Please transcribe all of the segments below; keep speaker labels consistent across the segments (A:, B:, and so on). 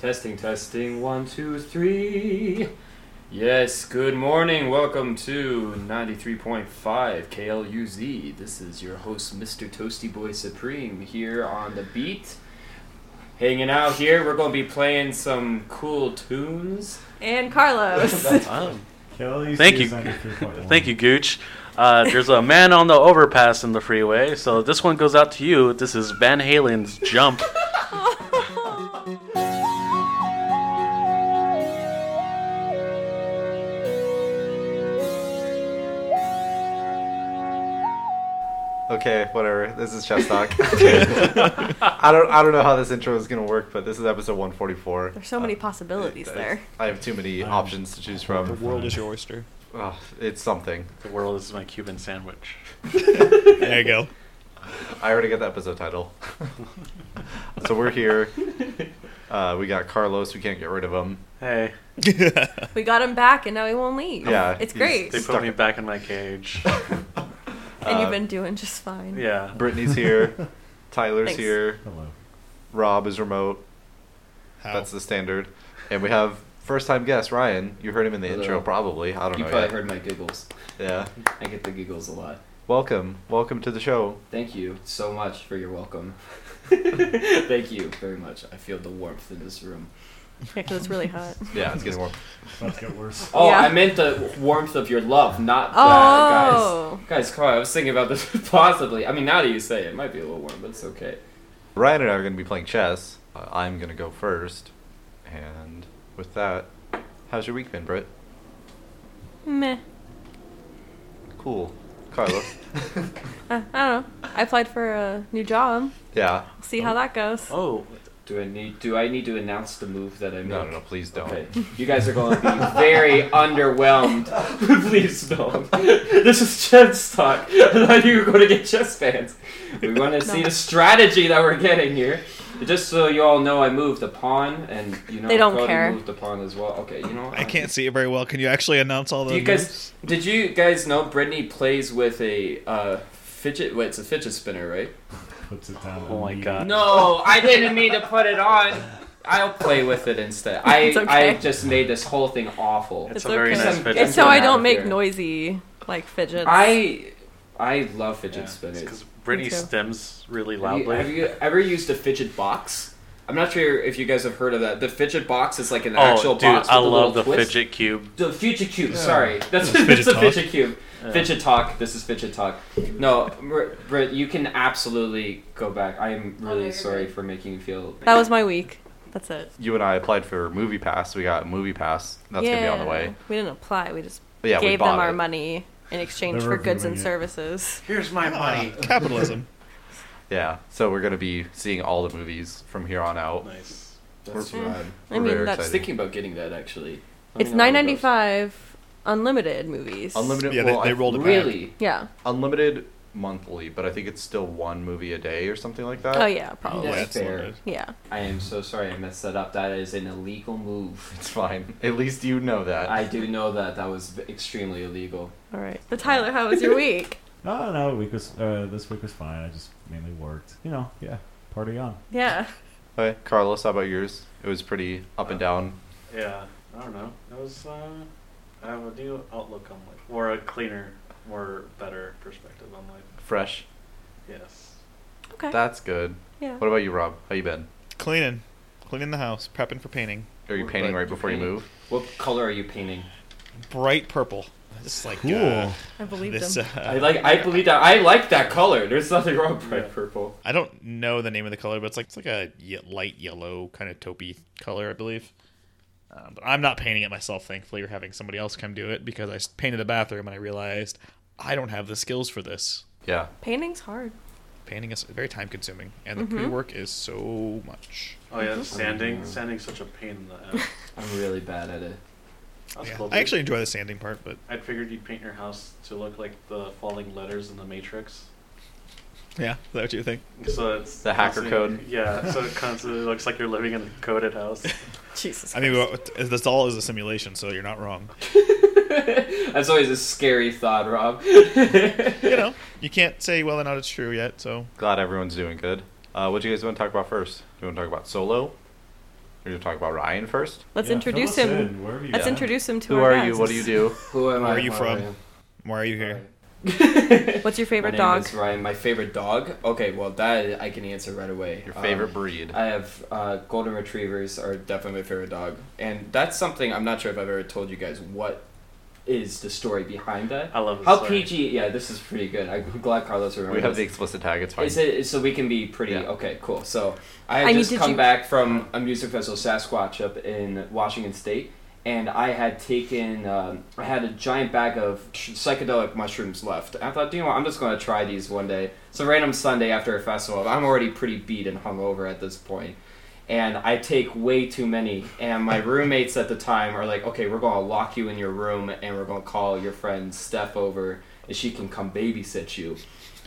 A: Testing, testing, one, two, three. Yes, good morning. Welcome to 93.5 KLUZ. This is your host, Mr. Toasty Boy Supreme, here on the beat. Hanging out here, we're going to be playing some cool tunes.
B: And Carlos.
C: Oh,
D: Kelly
C: Thank you. thank you, Gooch. Uh, there's a man on the overpass in the freeway, so this one goes out to you. This is Van Halen's Jump.
E: Okay, whatever. This is Chess Talk. I don't I don't know how this intro is gonna work, but this is episode 144.
B: There's so many possibilities there.
E: I have too many
D: Um,
E: options to choose from.
D: the world is your
F: oyster.
E: Ugh, it's something.
C: The world is my Cuban sandwich.
F: There you go.
E: I already got the episode title. so we're here. Uh, we got Carlos. We can't get rid of him.
C: Hey,
B: We got him back and now he won't leave.
E: Yeah,
B: It's
E: he's-
B: great.
C: they put me back in my cage.
B: and you've
E: Uh,
B: been doing just fine.
C: Yeah.
E: Brittany's here. Tyler's
B: Thanks.
E: here.
D: Hello.
E: Rob is remote.
F: How?
E: That's the standard. And we have first time guest Ryan. You heard him in the
A: Hello.
E: intro, probably. I don't
A: You
E: know.
A: probably
E: yet.
A: heard my giggles.
E: Yeah.
A: I get the giggles a lot.
E: Welcome. Welcome to the show.
A: Thank you so much for your welcome. Thank you very much. I feel the warmth in this room.
B: because it's really hot.
E: Yeah, it's getting warm.
D: About to get worse.
A: Oh,
B: Yeah.
A: I meant the warmth of your love, not the
B: Oh.
A: guys. Guys, come on. I was thinking about this possibly. I mean, now that you say it, it might be a little warm, but it's okay.
E: Ryan and I are going to be playing chess. Uh, I'm going to go first. And with that, how's your week been, Britt?
B: Meh.
E: Cool. Carlos?
B: Uh, I don't know. I applied for a new job.
E: yeah.
B: We'll see how that goes.
C: Oh,
A: Do I need? Do I need to announce the move that I made?
E: No, no, no, please don't.
A: Okay, you guys are going to be very underwhelmed. Please don't. This is chess talk. I thought you were going to get chess fans. We want to see the strategy that we're getting here. Just so you all know, I moved the pawn, and you know
B: They don't
A: Cody
B: care.
A: moved the pawn as well. Okay, you know what?
F: I can't see it very well. Can you actually announce all the
A: Do you guys? Did you guys know Brittany plays with a uh, fidget? Wait, it's a fidget spinner, right?
D: Puts it down.
C: Oh my God.
A: No, I didn't mean to put it on. I'll play with it instead. I
B: It's okay.
A: I just made this whole thing awful.
C: It's a very
A: nice fidget
B: It's so I
A: spinner.
B: don't make
A: Yeah.
B: noisy like fidgets.
A: I I love fidget spinners.
C: because Brittany
B: Me too.
C: stems really
A: Have you, have
C: loudly.
A: you ever used a fidget box? I'm not sure if you guys have heard of that. The fidget box is like an actual
C: Oh, dude,
A: box. With
C: I
A: a little
C: love the
A: twist.
C: fidget cube.
A: The Future Cube, sorry. That's,
F: Fidget
A: that's a
F: talk.
A: Fidget Cube. Fidget Talk, this is Fidget Talk. No, Br- Britt, you can absolutely go back. I am
B: no,
A: really
B: you're
A: sorry
B: good.
A: for making you feel.
B: that was my week. That's it.
E: You and I applied for Movie Pass. We got Movie Pass. That's going to be on the way.
B: We didn't apply. We just
E: But yeah, we
B: gave
E: bought
B: them our
E: it.
B: money in exchange for
D: They're
B: goods and
D: reviewing it.
B: services.
C: Here's my money.
F: Ah, capitalism?
E: Yeah. So we're going to be seeing all the movies from here on out.
C: Nice.
A: That's
B: Mm.
A: rad.
B: I
E: We're
B: mean,
E: very
B: that's-
A: I was
E: excited.
A: thinking about getting that actually. Let
B: It's
A: me know how
B: nine
A: it
B: ninety
A: goes.
B: five unlimited movies.
E: Unlimited.
F: Yeah,
E: well,
F: they,
E: I-
F: they rolled it back.
A: Really?
B: Yeah.
E: Unlimited monthly, but I think it's still one movie a day or something like that.
B: Oh yeah, probably.
F: Yeah,
A: That's
F: it's
A: fair.
F: limited.
B: Yeah.
A: I am so sorry I messed that up. That is an illegal move.
E: It's fine. At least you know that.
A: I do know that that was extremely illegal.
B: All right. But Tyler, how was your week?
D: Oh no, week was uh, this week was fine. I just mainly worked. You know, yeah, party on.
B: yeah.
E: Okay, Carlos, how about yours? It was pretty up
F: Uh,
E: and down.
C: Yeah, I don't know. It was. Uh, I have a new outlook on life, or a cleaner, more better perspective on life.
E: Fresh.
C: Yes.
B: Okay.
E: That's good.
B: yeah.
E: What about you, Rob? How you been?
F: Cleaning, cleaning the house, prepping for painting.
E: Are you
A: What
E: painting
A: about
E: right
A: you
E: before you
A: painting?
E: move?
A: What color are you painting?
F: Bright purple. It's like
D: Cool.
F: uh,
B: I believed
F: this.
B: him.
F: uh,
A: I like. I believe that. I like that color. There's nothing wrong with bright
C: Yeah.
A: purple.
F: I don't know the name of the color, but it's like it's like a ye- light yellow kind of taupey color, I believe. Um, but I'm not painting it myself, thankfully, or having somebody else come do it because I s- painted the bathroom and I realized I don't have the skills for this.
E: Yeah.
B: Painting's hard.
F: Painting is very time consuming, and the
B: Mm-hmm.
F: pre-work is so much.
C: Oh yeah, sanding. Sanding's such a pain in the ass.
A: I'm really bad at it.
C: That's
F: Yeah.
C: cool.
F: I actually enjoy the sanding part, but
C: I figured you'd paint your house to look like the falling letters in the Matrix.
F: yeah, is that what you think?
C: So it's
E: The hacker
C: constantly-
E: code.
C: Yeah, so it constantly looks like you're living in a coded house.
B: Jesus.
F: I mean, what- this all is a simulation, so you're not wrong.
A: That's always a scary thought, Rob.
F: You know, you can't say whether or not it's true yet. So
E: Glad everyone's doing good. Uh, what do you guys want to talk about first? Do you want to talk about solo? We're gonna talk about Ryan first.
B: Let's
D: Yeah,
B: introduce
D: fill us
B: him.
D: in, wherever you
B: Let's
E: Yeah.
B: introduce him to
E: Who
B: our
E: are you? What do you
B: guests.
E: do?
A: Who am
F: Where
A: I?
F: are you
A: Why
F: from?
A: I am?
F: Why are you here?
B: What's your favorite
A: My name
B: dog?
A: is Ryan. My favorite dog. Okay, well that I can answer right away.
E: Your
A: Um,
E: favorite breed?
A: I have uh, golden retrievers are definitely my favorite dog, and that's something I'm not sure if I've ever told you guys what is the story behind that.
C: I love this.
A: How
C: story.
A: PG? Yeah, this is pretty good. I'm glad Carlos remembered.
E: We have the
A: this.
E: explicit tag. It's fine.
A: Is it so we can be pretty?
E: Yeah.
A: Okay, cool. So I,
B: I
A: had just
B: need to
A: come
B: ju-
A: back from a music festival, Sasquatch, up in Washington State, and I had taken, um, I had a giant bag of tr- psychedelic mushrooms left. I thought, you know what? I'm just going to try these one day. So random Sunday after a festival, I'm already pretty beat and hungover at this point. And I take way too many, and my roommates at the time are like, "Okay, we're gonna lock you in your room, and we're gonna call your friend Steph over, and she can come babysit you."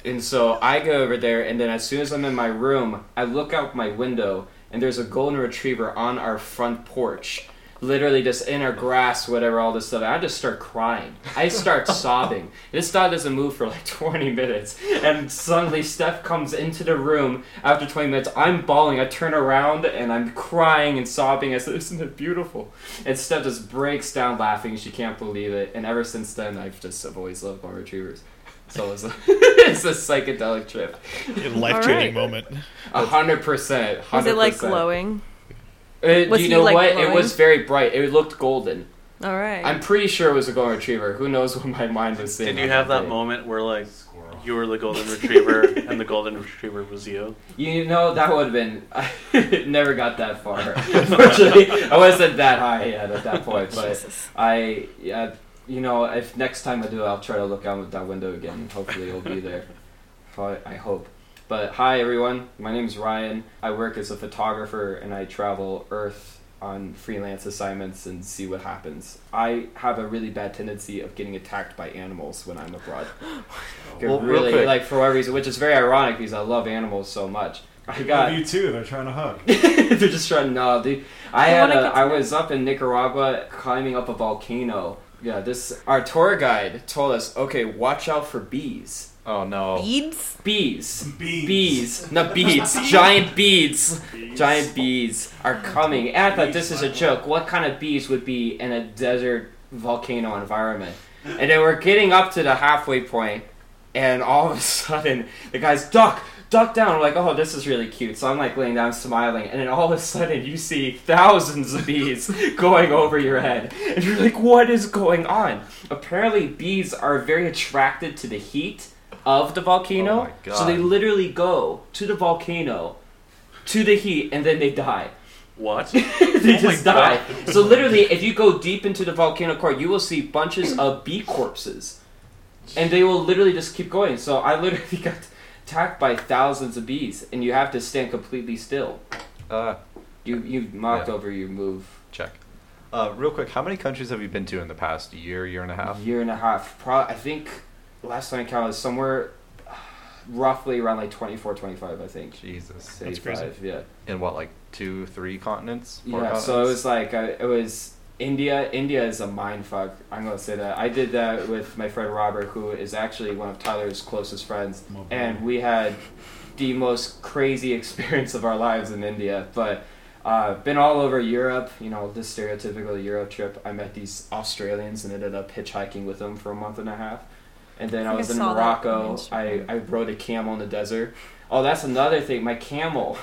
A: And so I go over there, and then as soon as I'm in my room, I look out my window, and there's a golden retriever on our front porch, literally just in our grass, whatever, all this stuff. And I just start crying. I start sobbing. This dog doesn't move for like 20 minutes, and suddenly Steph comes into the room. After 20 minutes, I'm bawling. I turn around and I'm crying and sobbing. I said, "Isn't it beautiful?" And Steph just breaks down laughing. She can't believe it. And ever since then, I've just I've always loved golden retrievers. So it's a, it's a psychedelic trip.
F: Life changing moment.
A: A hundred percent.
B: Was it like
A: 100%.
B: glowing?
A: Uh,
B: Was
A: do you
B: he,
A: know
B: like,
A: what? It
B: glowing?
A: was very bright. It looked golden.
B: All right.
A: I'm pretty sure it was a golden retriever. Who knows what my mind was saying?
C: Did you have that moment where like you were the golden retriever and the golden retriever was you?
A: You know that would have been. I never got that far. Unfortunately, I wasn't that high yet at that point. But
B: Jesus.
A: I, yeah, you know, if next time I do, I'll try to look out that window again. Hopefully, it'll be there. I I hope. But hi, everyone. My name's Ryan. I work as a photographer and I travel Earth on freelance assignments and see what happens. I have a really bad tendency of getting attacked by animals when I'm abroad. Get
E: Well, real
A: really,
E: quick.
A: like for whatever reason, which is very ironic because I love animals so much. I got
D: you too. They're trying to hug.
A: they're just trying. No, dude. I
B: I
A: had.
B: wanna
A: A,
B: get to
A: I
B: know.
A: was up in Nicaragua climbing up a volcano. Yeah, this our tour guide told us. Okay, watch out for bees.
E: oh no.
B: Beads?
A: Bees.
D: Bees.
A: Bees. No beads. Giant beads. Giant bees are coming. And I thought this is a joke. What kind of bees would be in a desert volcano environment? And then we're getting up to the halfway point, and all of a sudden the guy's duck, duck down. I'm like, oh, this is really cute. So I'm like laying down smiling, and then all of a sudden you see thousands of bees going over your head, and you're like, what is going on? Apparently, bees are very attracted to the heat of the
E: Oh
A: volcano,
E: my God.
A: so they literally go to the volcano, to the heat, and then they die
C: What?
A: they
C: my
A: just die. So literally, if you go deep into the volcano core, you will see bunches of bee corpses, and they will literally just keep going. So I literally got attacked by thousands of bees, and you have to stand completely still.
E: Uh,
A: You you mocked
E: Yeah.
A: over your move
E: check. Uh, real quick, how many countries have you been to in the past year, year and a half?
A: year and a half. Pro- I think last time I counted was somewhere uh, roughly around like 24, 25, I think.
E: Jesus.
F: That's crazy.
A: 35, Yeah.
E: In what, like two, three continents? Four
A: Yeah,
E: continents?
A: so it was like uh, it was India. India is a mind fuck. I'm gonna say that. I did that with my friend Robert, who is actually one of Tyler's closest friends,
D: My boy.
A: and we had the most crazy experience of our lives in India. But uh, been all over Europe. You know, this stereotypical Europe trip. I met these Australians and ended up hitchhiking with them for a month and a half. And then I
B: I think
A: was
B: I
A: in
B: saw that
A: Morocco.
B: on
A: I,
B: Instagram.
A: I rode a camel in the desert. Oh, that's another thing. My camel.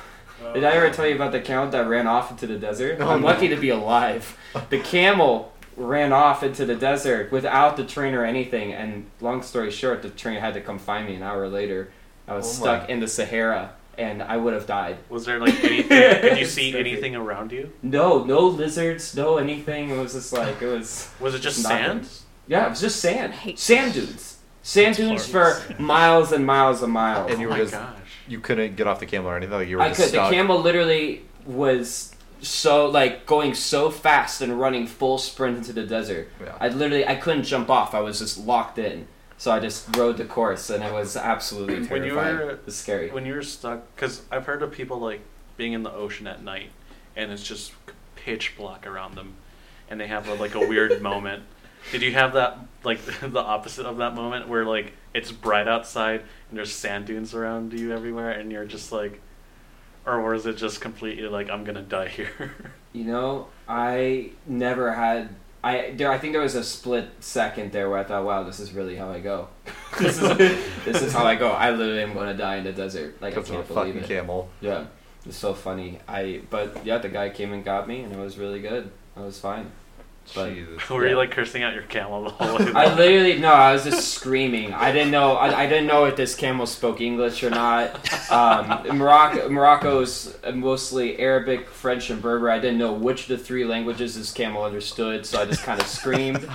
A: Did I ever tell you about the camel that ran off into the desert? I'm lucky to be alive. The camel ran off into the desert without the train or anything, and long story short, the train had to come find me an hour later. I was
E: Oh my.
A: stuck in the Sahara, and I would have died.
C: Was there like anything? Could you see anything around you?
A: No, no lizards, no anything. It was just like, it was.
C: Was it just
A: Nothing.
C: sand?
A: Yeah, it was just sand.
B: hate
A: Sand dunes. Sand dunes for miles and miles and miles.
E: And
C: Oh
E: you were
C: my
E: just-
C: gosh.
E: You couldn't get off the camel or anything? Like you were
A: I
E: just
A: could.
E: stuck?
A: The camel literally was so like going so fast and running full sprint into the desert.
E: Yeah.
A: I literally I couldn't jump off. I was just locked in. So I just rode the course, and it was absolutely
C: When you
A: terrifying.
C: were-
A: it was scary.
C: When you were stuck, because I've heard of people like being in the ocean at night, and it's just pitch black around them, and they have like a weird moment. Did you have that like the opposite of that moment where like it's bright outside and there's sand dunes around you everywhere, and you're just like, or was it just completely like I'm gonna die here?
A: you know, I never had. I there. I think there was a split second there where I thought, "Wow, this is really how I go. this is this is how I go. I literally am going to die in the desert. Like I
E: Because of a
A: can't believe
E: fucking
A: it.
E: camel.
A: Yeah, it's so funny. I but yeah, the guy came and got me, and it was really good. I was fine. But-
E: Jesus.
C: Were you like cursing out your camel the whole way?
A: I literally no, I was just screaming. I didn't know. I, I didn't know if this camel spoke English or not. Um, Morocco, Morocco's mostly Arabic, French, and Berber. I didn't know which of the three languages this camel understood, so I just kind of screamed,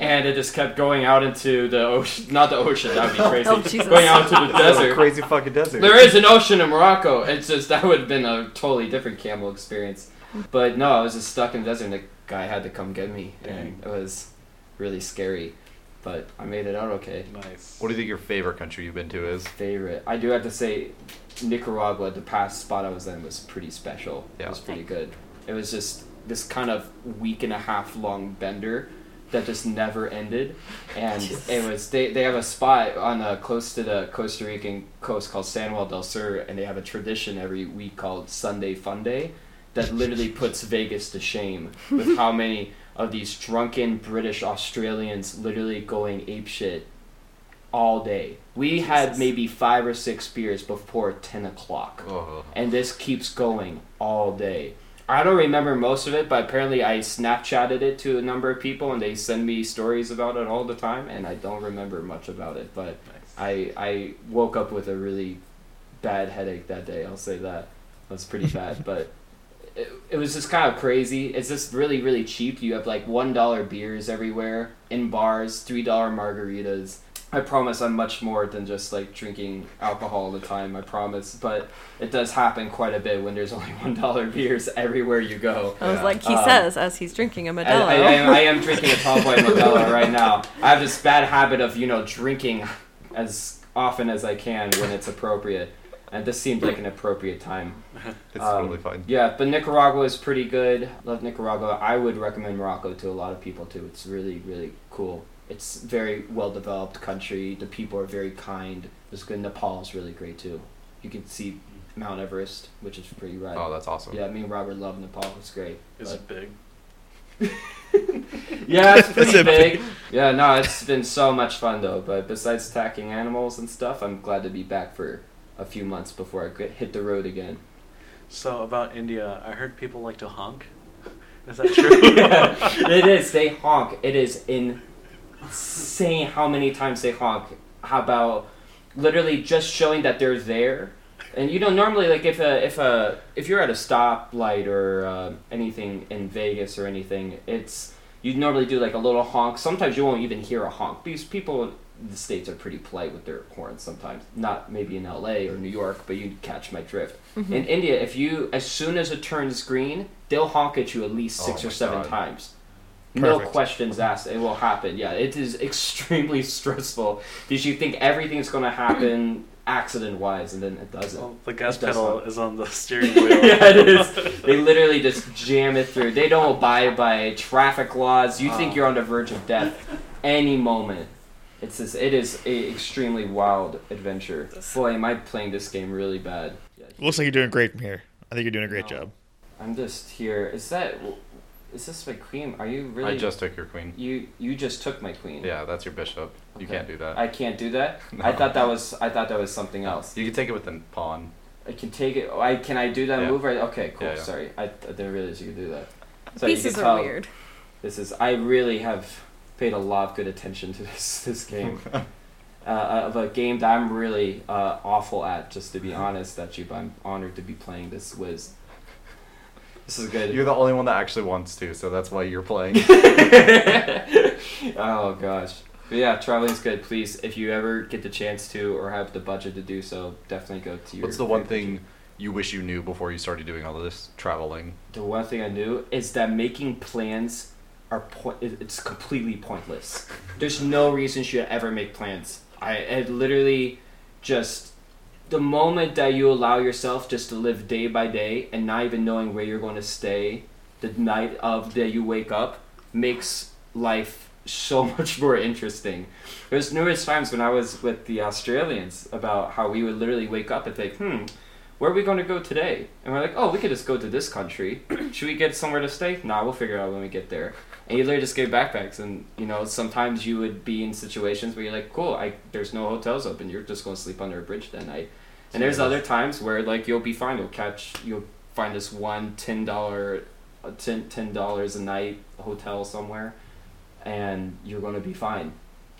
A: and it just kept going out into the ocean. Not the ocean. That would be crazy.
B: Oh, Jesus.
A: Going out into the
E: Desert.
A: desert.
E: Crazy fucking desert.
A: There is an ocean in Morocco. It's just that would have been a totally different camel experience. But no, I was just stuck in the desert and the guy had to come get me and it was really scary. But I made it out okay.
C: nice.
E: What do you think your favorite country you've been to is?
A: Favorite. I do have to say Nicaragua, the past spot I was in was pretty special.
E: Yeah.
A: It was pretty good. It was just this kind of week and a half long bender that just never ended. And it was they, they have a spot on uh, close to the Costa Rican coast called San Juan del Sur, and they have a tradition every week called Sunday Fun Day that literally puts Vegas to shame with how many of these drunken British Australians literally going apeshit all day. We had maybe five or six beers before ten o'clock
E: Oh.
A: and this keeps going all day. I don't remember most of it, but apparently I Snapchatted it to a number of people, and they send me stories about it all the time, and I don't remember much about it. But
C: Nice.
A: I I woke up with a really bad headache that day. I'll say that it was pretty bad, but it, it was just kind of crazy. It's just really really cheap. You have like one dollar beers everywhere in bars, three dollar margaritas. I promise I'm much more than just like drinking alcohol all the time. I promise, but it does happen quite a bit when there's only one dollar beers everywhere you go.
B: I was
E: Yeah.
B: like he
A: Um,
B: says as he's drinking a Modelo.
A: I, I, I, am, I am drinking a tall boy Modelo right now. I have this bad habit of, you know, drinking as often as I can when it's appropriate. And this seemed like an appropriate time.
E: It's
A: Um,
E: totally fine.
A: Yeah, but Nicaragua is pretty good. Love Nicaragua. I would recommend Morocco to a lot of people too. It's really, really cool. It's very well developed country. The people are very kind. It's good. Nepal is really great too. You can see Mount Everest, which is pretty rad.
E: Oh, that's awesome.
A: yeah, me and Robert love Nepal. It's great.
C: Is it big?
A: Yeah, it's
F: That's
A: pretty
F: it.
A: big. Yeah, no, it's been so much fun though. But besides attacking animals and stuff, I'm glad to be back for a few months before I get, hit the road again.
C: So about India, I heard people like to honk. Is that true?
A: it is. They honk. It is insane how many times they honk. How about literally just showing that they're there? And you know, normally, like if a if a if you're at a stoplight or uh, anything in Vegas or anything, it's you'd normally do like a little honk. Sometimes you won't even hear a honk because people in the states are pretty polite with their horns. Sometimes, not maybe in L.A. or New York, but you catch my drift. In India, if you as soon as it turns green, they'll honk at you at least
E: Oh
A: six
E: my
A: or seven
E: God.
A: times no
F: Perfect.
A: questions asked it will happen yeah it is extremely stressful because you think everything's going to happen accident wise and then it doesn't
C: Well, the gas
A: It does
C: pedal
A: honk.
C: is on the steering wheel.
A: yeah it is they literally just jam it through they don't abide by traffic laws you
E: Oh.
A: think you're on the verge of death any moment it's this it is a extremely wild adventure boy am i playing this game really bad yeah,
F: Looks like you're doing great from here. I think you're doing a great
A: No.
F: job.
A: i'm just here is that is this my queen are you really
E: I just took your queen.
A: you you just took my queen
E: Yeah, that's your bishop. You
A: Okay.
E: can't do that.
A: I can't do that.
E: No.
A: I thought that was I thought that was something else.
E: You can take it with a pawn.
A: I can take it. I can I do that
E: Yeah.
A: move? Right? Okay, cool.
E: Yeah, yeah.
A: Sorry, I, I didn't realize you could do that. So you
B: Pieces
A: can
B: are
A: tell
B: weird.
A: This is I really have paid a lot of good attention to this this game. Uh, of a game that I'm really uh, awful at, just to be
E: Mm-hmm.
A: honest, that you, but I'm honored to be playing this whiz. This is good.
E: You're the only one that actually wants to, so that's why you're playing.
A: oh gosh. But yeah, traveling's good. Please, if you ever get the chance to or have the budget to do so, definitely go to your.
E: What's the one
A: favorite
E: thing you wish you knew before you started doing all this traveling?
A: the one thing I knew is that making plans are po- it- it's completely pointless. There's no reason you should ever make plans. I it literally just the moment that you allow yourself just to live day by day and not even knowing where you're going to stay the night of that you wake up makes life so much more interesting. There's numerous times when I was with the Australians about how we would literally wake up and think, hmm, where are we going to go today? And we're like, oh, we could just go to this country. Should we get somewhere to stay? Nah, we'll figure it out when we get there. And you literally just get backpacks, and you know sometimes you would be in situations where you're like, cool, I there's no hotels open. You're just going to sleep under a bridge that night. And there's other times where like you'll be fine. You'll catch you'll find this one ten dollar, uh, ten ten dollars a night hotel somewhere, and you're going to be fine.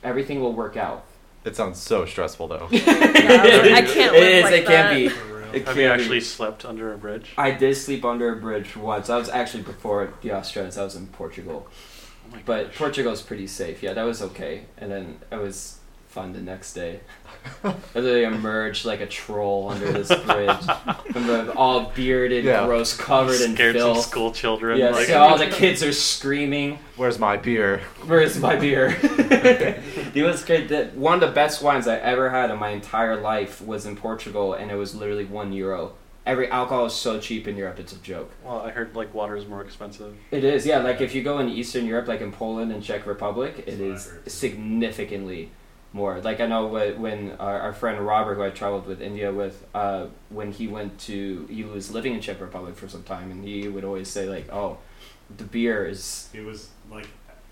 A: Everything will work out.
E: It sounds so stressful though.
B: Yeah, I can't live
A: It is.
B: like
A: it
B: that.
A: can be.
F: For real.
A: It
C: Have
A: can
C: you
A: be.
C: actually slept under a bridge?
A: I did sleep under a bridge once. I was actually before the Australians. I was in Portugal,
C: Oh my
A: but
C: gosh.
A: Portugal's pretty safe. Yeah, that was okay. And then it was fun the next day. I literally emerged like a troll under this bridge. Remember, all bearded,
E: Yeah.
A: gross, covered in
C: scared some
A: filth.
C: school children.
A: Yeah,
C: like,
A: so all the kids are screaming.
E: Where's my beer?
A: Where's my beer? it was great. That one of the best wines I ever had in my entire life was in Portugal, and it was literally one euro. Every alcohol is so cheap in Europe; it's a joke.
C: well, I heard like water is more expensive.
A: It is, yeah. Like if you go in Eastern Europe, like in Poland and Czech Republic, it
D: That's what I
A: is
D: heard, too.
A: significantly more. Like I know wh- when our, our friend Robert, who I traveled with India with, uh, when he went to, he was living in Czech Republic for some time, and he would always say like, "Oh, the beer is."
D: It was like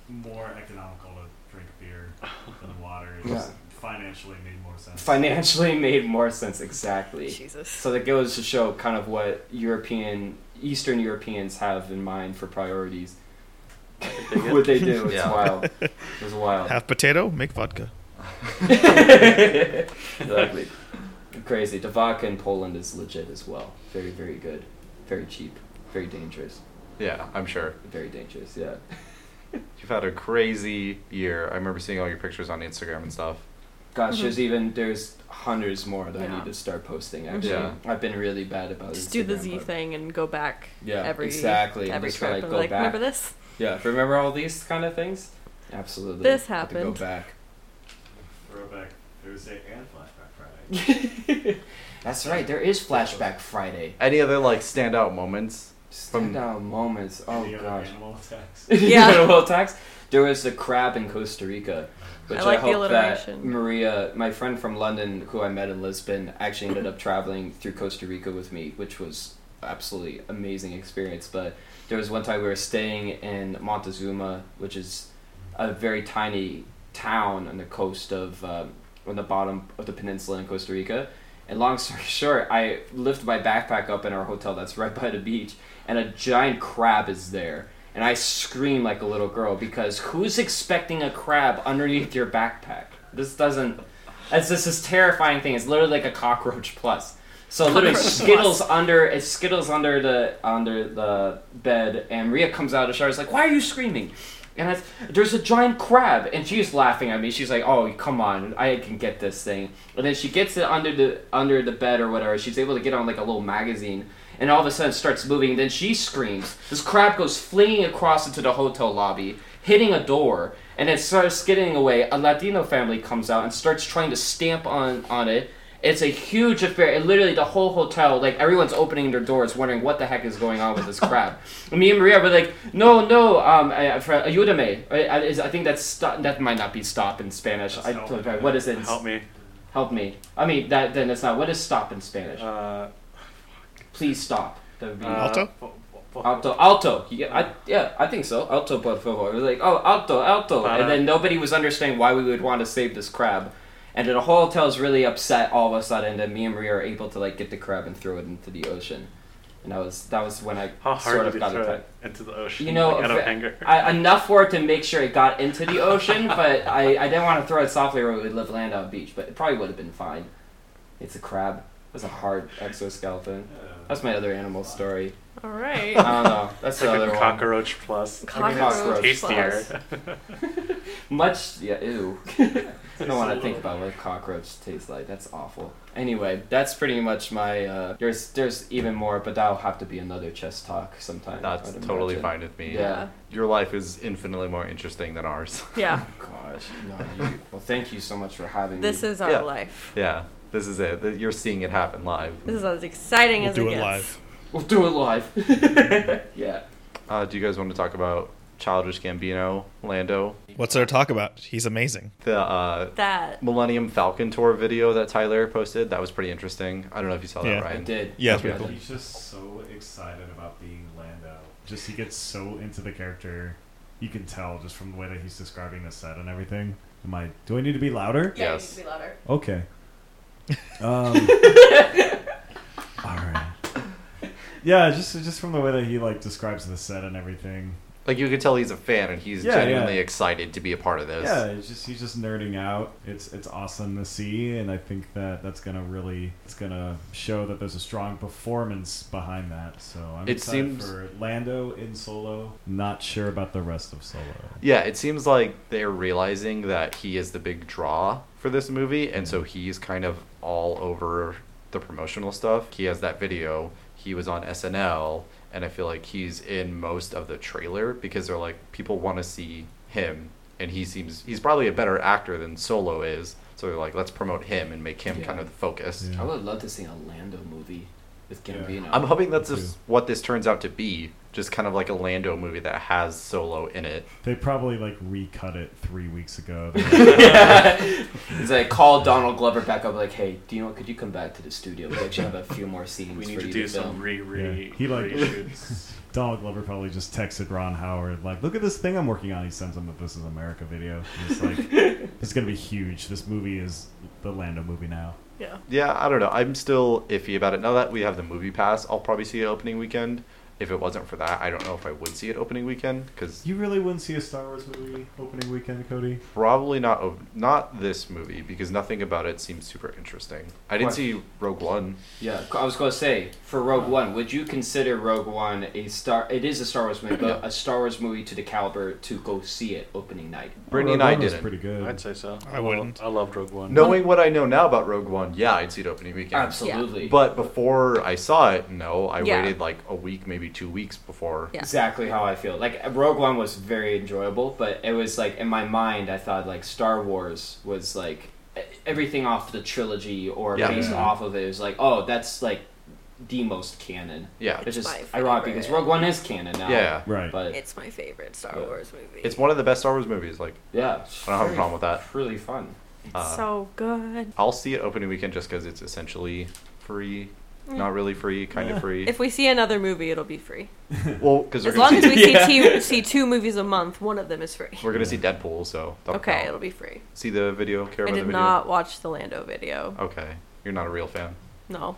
D: more economical to drink beer than water. It
A: Yeah.
D: just financially made more sense.
A: Financially made more sense exactly.
B: Jesus.
A: So that goes to show kind of what European, Eastern Europeans have in mind for priorities. what they do, it's
E: Yeah.
A: wild. It's wild.
F: Half potato, make vodka.
A: exactly. Crazy. The vodka in Poland is legit as well. Very, very good. Very cheap. Very dangerous.
E: Yeah, I'm sure.
A: Very dangerous. Yeah.
E: You've had a crazy year. I remember seeing all your pictures on Instagram and stuff.
A: Gosh,
B: Mhm.
A: there's even there's hundreds more that I
B: Yeah. Mm-hmm.
A: need to start posting. Actually,
E: Yeah.
A: I've been really bad about.
B: Just do the
A: Instagram,
B: Z
A: but-
B: thing and go back
A: Yeah,
B: every
A: exactly. and
B: every
A: just kinda
B: trip and
A: go
B: like
A: back.
B: remember this?
A: Yeah, if you remember all these kind of things. Absolutely.
B: This
A: Have to
B: happened.
A: go back.
D: Throwback Thursday and Flashback Friday.
A: That's right. There is flashback Friday.
E: Any other like standout moments? From-
A: Stand down moments. Oh
D: Any other
A: gosh.
D: Animal attacks.
B: Yeah.
A: Animal attacks. There was the crab in Costa Rica, which
B: I
A: I,
B: like the
A: hope that
B: alliteration.
A: Maria, my friend from London, who I met in Lisbon, actually ended up traveling through Costa Rica with me, which was absolutely amazing experience. But there was one time we were staying in Montezuma, which is a very tiny town on the coast of um, on the bottom of the peninsula in Costa Rica. And long story short, I lift my backpack up in our hotel that's right by the beach, and a giant crab is there. And I scream like a little girl because who's expecting a crab underneath your backpack? This doesn't. It's just this terrifying thing. It's literally like a cockroach plus. So literally
B: Cockroach plus.
A: Skittles under it's Skittles under the under the bed, and Rhea comes out of the shower. Is like, "Why are you screaming?" And I, there's a giant crab, and she's laughing at me. She's like, "Oh, come on, I can get this thing." And then she gets it under the under the bed or whatever. She's able to get on like a little magazine, and all of a sudden it starts moving. Then she screams. This crab goes flinging across into the hotel lobby, hitting a door, and it starts skidding away. A Latino family comes out and starts trying to stamp on on it. It's a huge affair. It literally the whole hotel, like everyone's opening their doors, wondering what the heck is going on with this crab. And me and Maria were like, "No, no, um, I- I- for- ayúdame." I, I, is- I think that's stop, that might not be stop in Spanish.
D: That's
A: I,
D: help.
A: don't know. what is it?
C: Help me.
A: Help me. I mean, that then it's not. What is stop in Spanish?
C: Uh,
A: Please stop. That would be
C: uh,
F: Alto?
C: fu- fu-
A: alto, alto. Yeah, I, yeah, I think so. Alto, por favor. We're like, oh, alto, alto,
C: Uh-huh.
A: and then nobody was understanding why we would want to save this crab. And then the whole hotel's really upset all of a sudden. Then me and Maria are able to like get the crab and throw it into the ocean. And that was that was when I
C: How hard
A: sort
C: did
A: of
C: you
A: got
C: throw
A: attacked.
C: it into the ocean?
A: You know,
C: like, out of
A: if-
C: anger.
A: I, enough for it to make sure it got into the ocean, but I, I didn't want to throw it softly or it would live land on beach, but it probably would have been fine. It's a crab. It was a hard exoskeleton.
D: Uh,
A: That's my other animal story.
B: All right.
A: I don't know. That's
C: it's
A: the
C: like
A: other
C: a
A: one.
C: cockroach plus.
A: Cockroach
B: Cockroach
C: Tastier.
B: plus.
A: Much, yeah, ew. I don't want to think about what cockroach tastes like. That's awful. Anyway, that's pretty much my. Uh, there's there's even more, but that'll have to be another chess talk sometime.
E: That's
A: I'd
E: totally
A: imagine.
E: fine with me.
A: Yeah.
E: Your life is infinitely more interesting than ours.
B: Yeah.
A: Gosh, no. You, well, thank you so much for having
B: This
A: me.
B: is our
E: Yeah.
B: life.
E: Yeah, this is it. Th- You're seeing it happen live.
B: This is as exciting
F: We'll
B: as it
F: do it
B: gets.
F: live.
A: We'll do it live. yeah.
E: Uh, do you guys want to talk about Childish Gambino, Lando,
F: What's there to talk about? He's amazing.
E: the uh,
B: That.
E: Millennium Falcon tour video that Tyler posted. That was pretty interesting. I don't know if you saw
F: Yeah.
E: that,
A: I
E: Ryan.
A: did.
F: Yeah, it's pretty cool.
D: He's just so excited about being Lando. Just he gets so into the character. You can tell just from the way that he's describing the set and everything. Am I? Do I need to be louder?
E: Yeah, you Yes. need
B: be louder.
D: Okay. Um, all right. Yeah, just just from the way that he like describes the set and everything.
E: Like you could tell he's a fan and he's
D: Yeah,
E: genuinely
D: yeah.
E: excited to be a part of this.
D: Yeah, it's just he's just nerding out. It's it's awesome to see, and I think that that's gonna really it's gonna show that there's a strong performance behind that. So I'm
E: It
D: excited
E: seems-
D: for Lando in Solo. Not sure about the rest of Solo.
E: Yeah, it seems like they're realizing that he is the big draw for this movie, and
D: Mm-hmm.
E: so he's kind of all over the promotional stuff. He has that video, he was on SNL, and I feel like he's in most of the trailer because they're like, people want to see him, and he seems, he's probably a better actor than Solo is, so they're like, let's promote him and make him
A: Yeah.
E: kind of the focus.
D: Yeah.
A: I would love to see a Lando movie with
D: Yeah.
A: Gambino.
E: I'm hoping that's
D: Me
E: just what this turns out to be, just kind of like a Lando movie that has Solo in it.
D: They probably like recut it three weeks ago.
A: it's like call Donald Glover back up, like, hey, do you know? Could you come back to the studio? We actually have a few more scenes
C: We need
A: for
C: to
A: you
C: do
A: to
C: some
A: film.
C: re re
D: Yeah, he like-
C: reshoots.
D: Donald Glover probably just texted Ron Howard like, "Look at this thing I'm working on." He sends him the "This Is America" video. He's like, "This is gonna be huge. This movie is the Lando movie now."
B: Yeah.
E: Yeah, I don't know. I'm still iffy about it. Now that we have the movie pass, I'll probably see it opening weekend. If it wasn't for that, I don't know if I would see it opening weekend because
D: You really wouldn't see a Star Wars movie opening weekend, Cody.
E: probably not op- not this movie because nothing about it seems super interesting. I didn't
A: Right.
E: see Rogue One.
A: Yeah, I was gonna say for Rogue One, would you consider Rogue One a star? It is a Star Wars movie, but a Star Wars movie to the caliber to go see it opening night.
E: Brittany and
D: Rogue
E: I
D: One was
E: didn't.
D: Pretty good.
C: I'd say so.
F: I wouldn't.
C: I loved Rogue One.
E: Knowing what I know now about Rogue One, yeah, I'd see it opening weekend.
A: Absolutely.
E: But before I saw it, no, I
B: Yeah.
E: waited like a week, maybe two weeks before.
B: Yeah.
A: exactly how I feel. Like Rogue One was very enjoyable, but it was like in my mind, I thought like Star Wars was like e- everything off the trilogy or
E: Yeah.
A: based
D: Yeah.
A: off of it. It was like, oh, that's like the most canon.
E: Yeah,
A: Which is
B: My
A: ironic because
B: favorite.
A: Rogue One is canon now.
E: yeah.
D: right.
A: But
B: It's my favorite Star
A: Yeah.
B: Wars movie.
E: It's one of the best Star Wars movies. Like
A: yeah,
E: I don't have a
A: very-
E: problem with that.
A: Really fun.
E: uh,
B: so good.
E: I'll see it opening weekend just because it's essentially free, not really free, kind
D: Yeah.
E: of free.
B: If we see another movie, it'll be free.
E: Well, because we're
B: As
E: gonna
B: long
E: see,
B: as we
A: Yeah.
B: see, two, see two movies a month, one of them is free.
E: we're gonna see Deadpool, so don't
B: Okay,
E: count.
B: it'll be free.
E: see the video. Care
B: I
E: about the
B: did
E: video? Oh.
B: not watch the Lando video.
E: Okay, you're not a real fan.
B: No.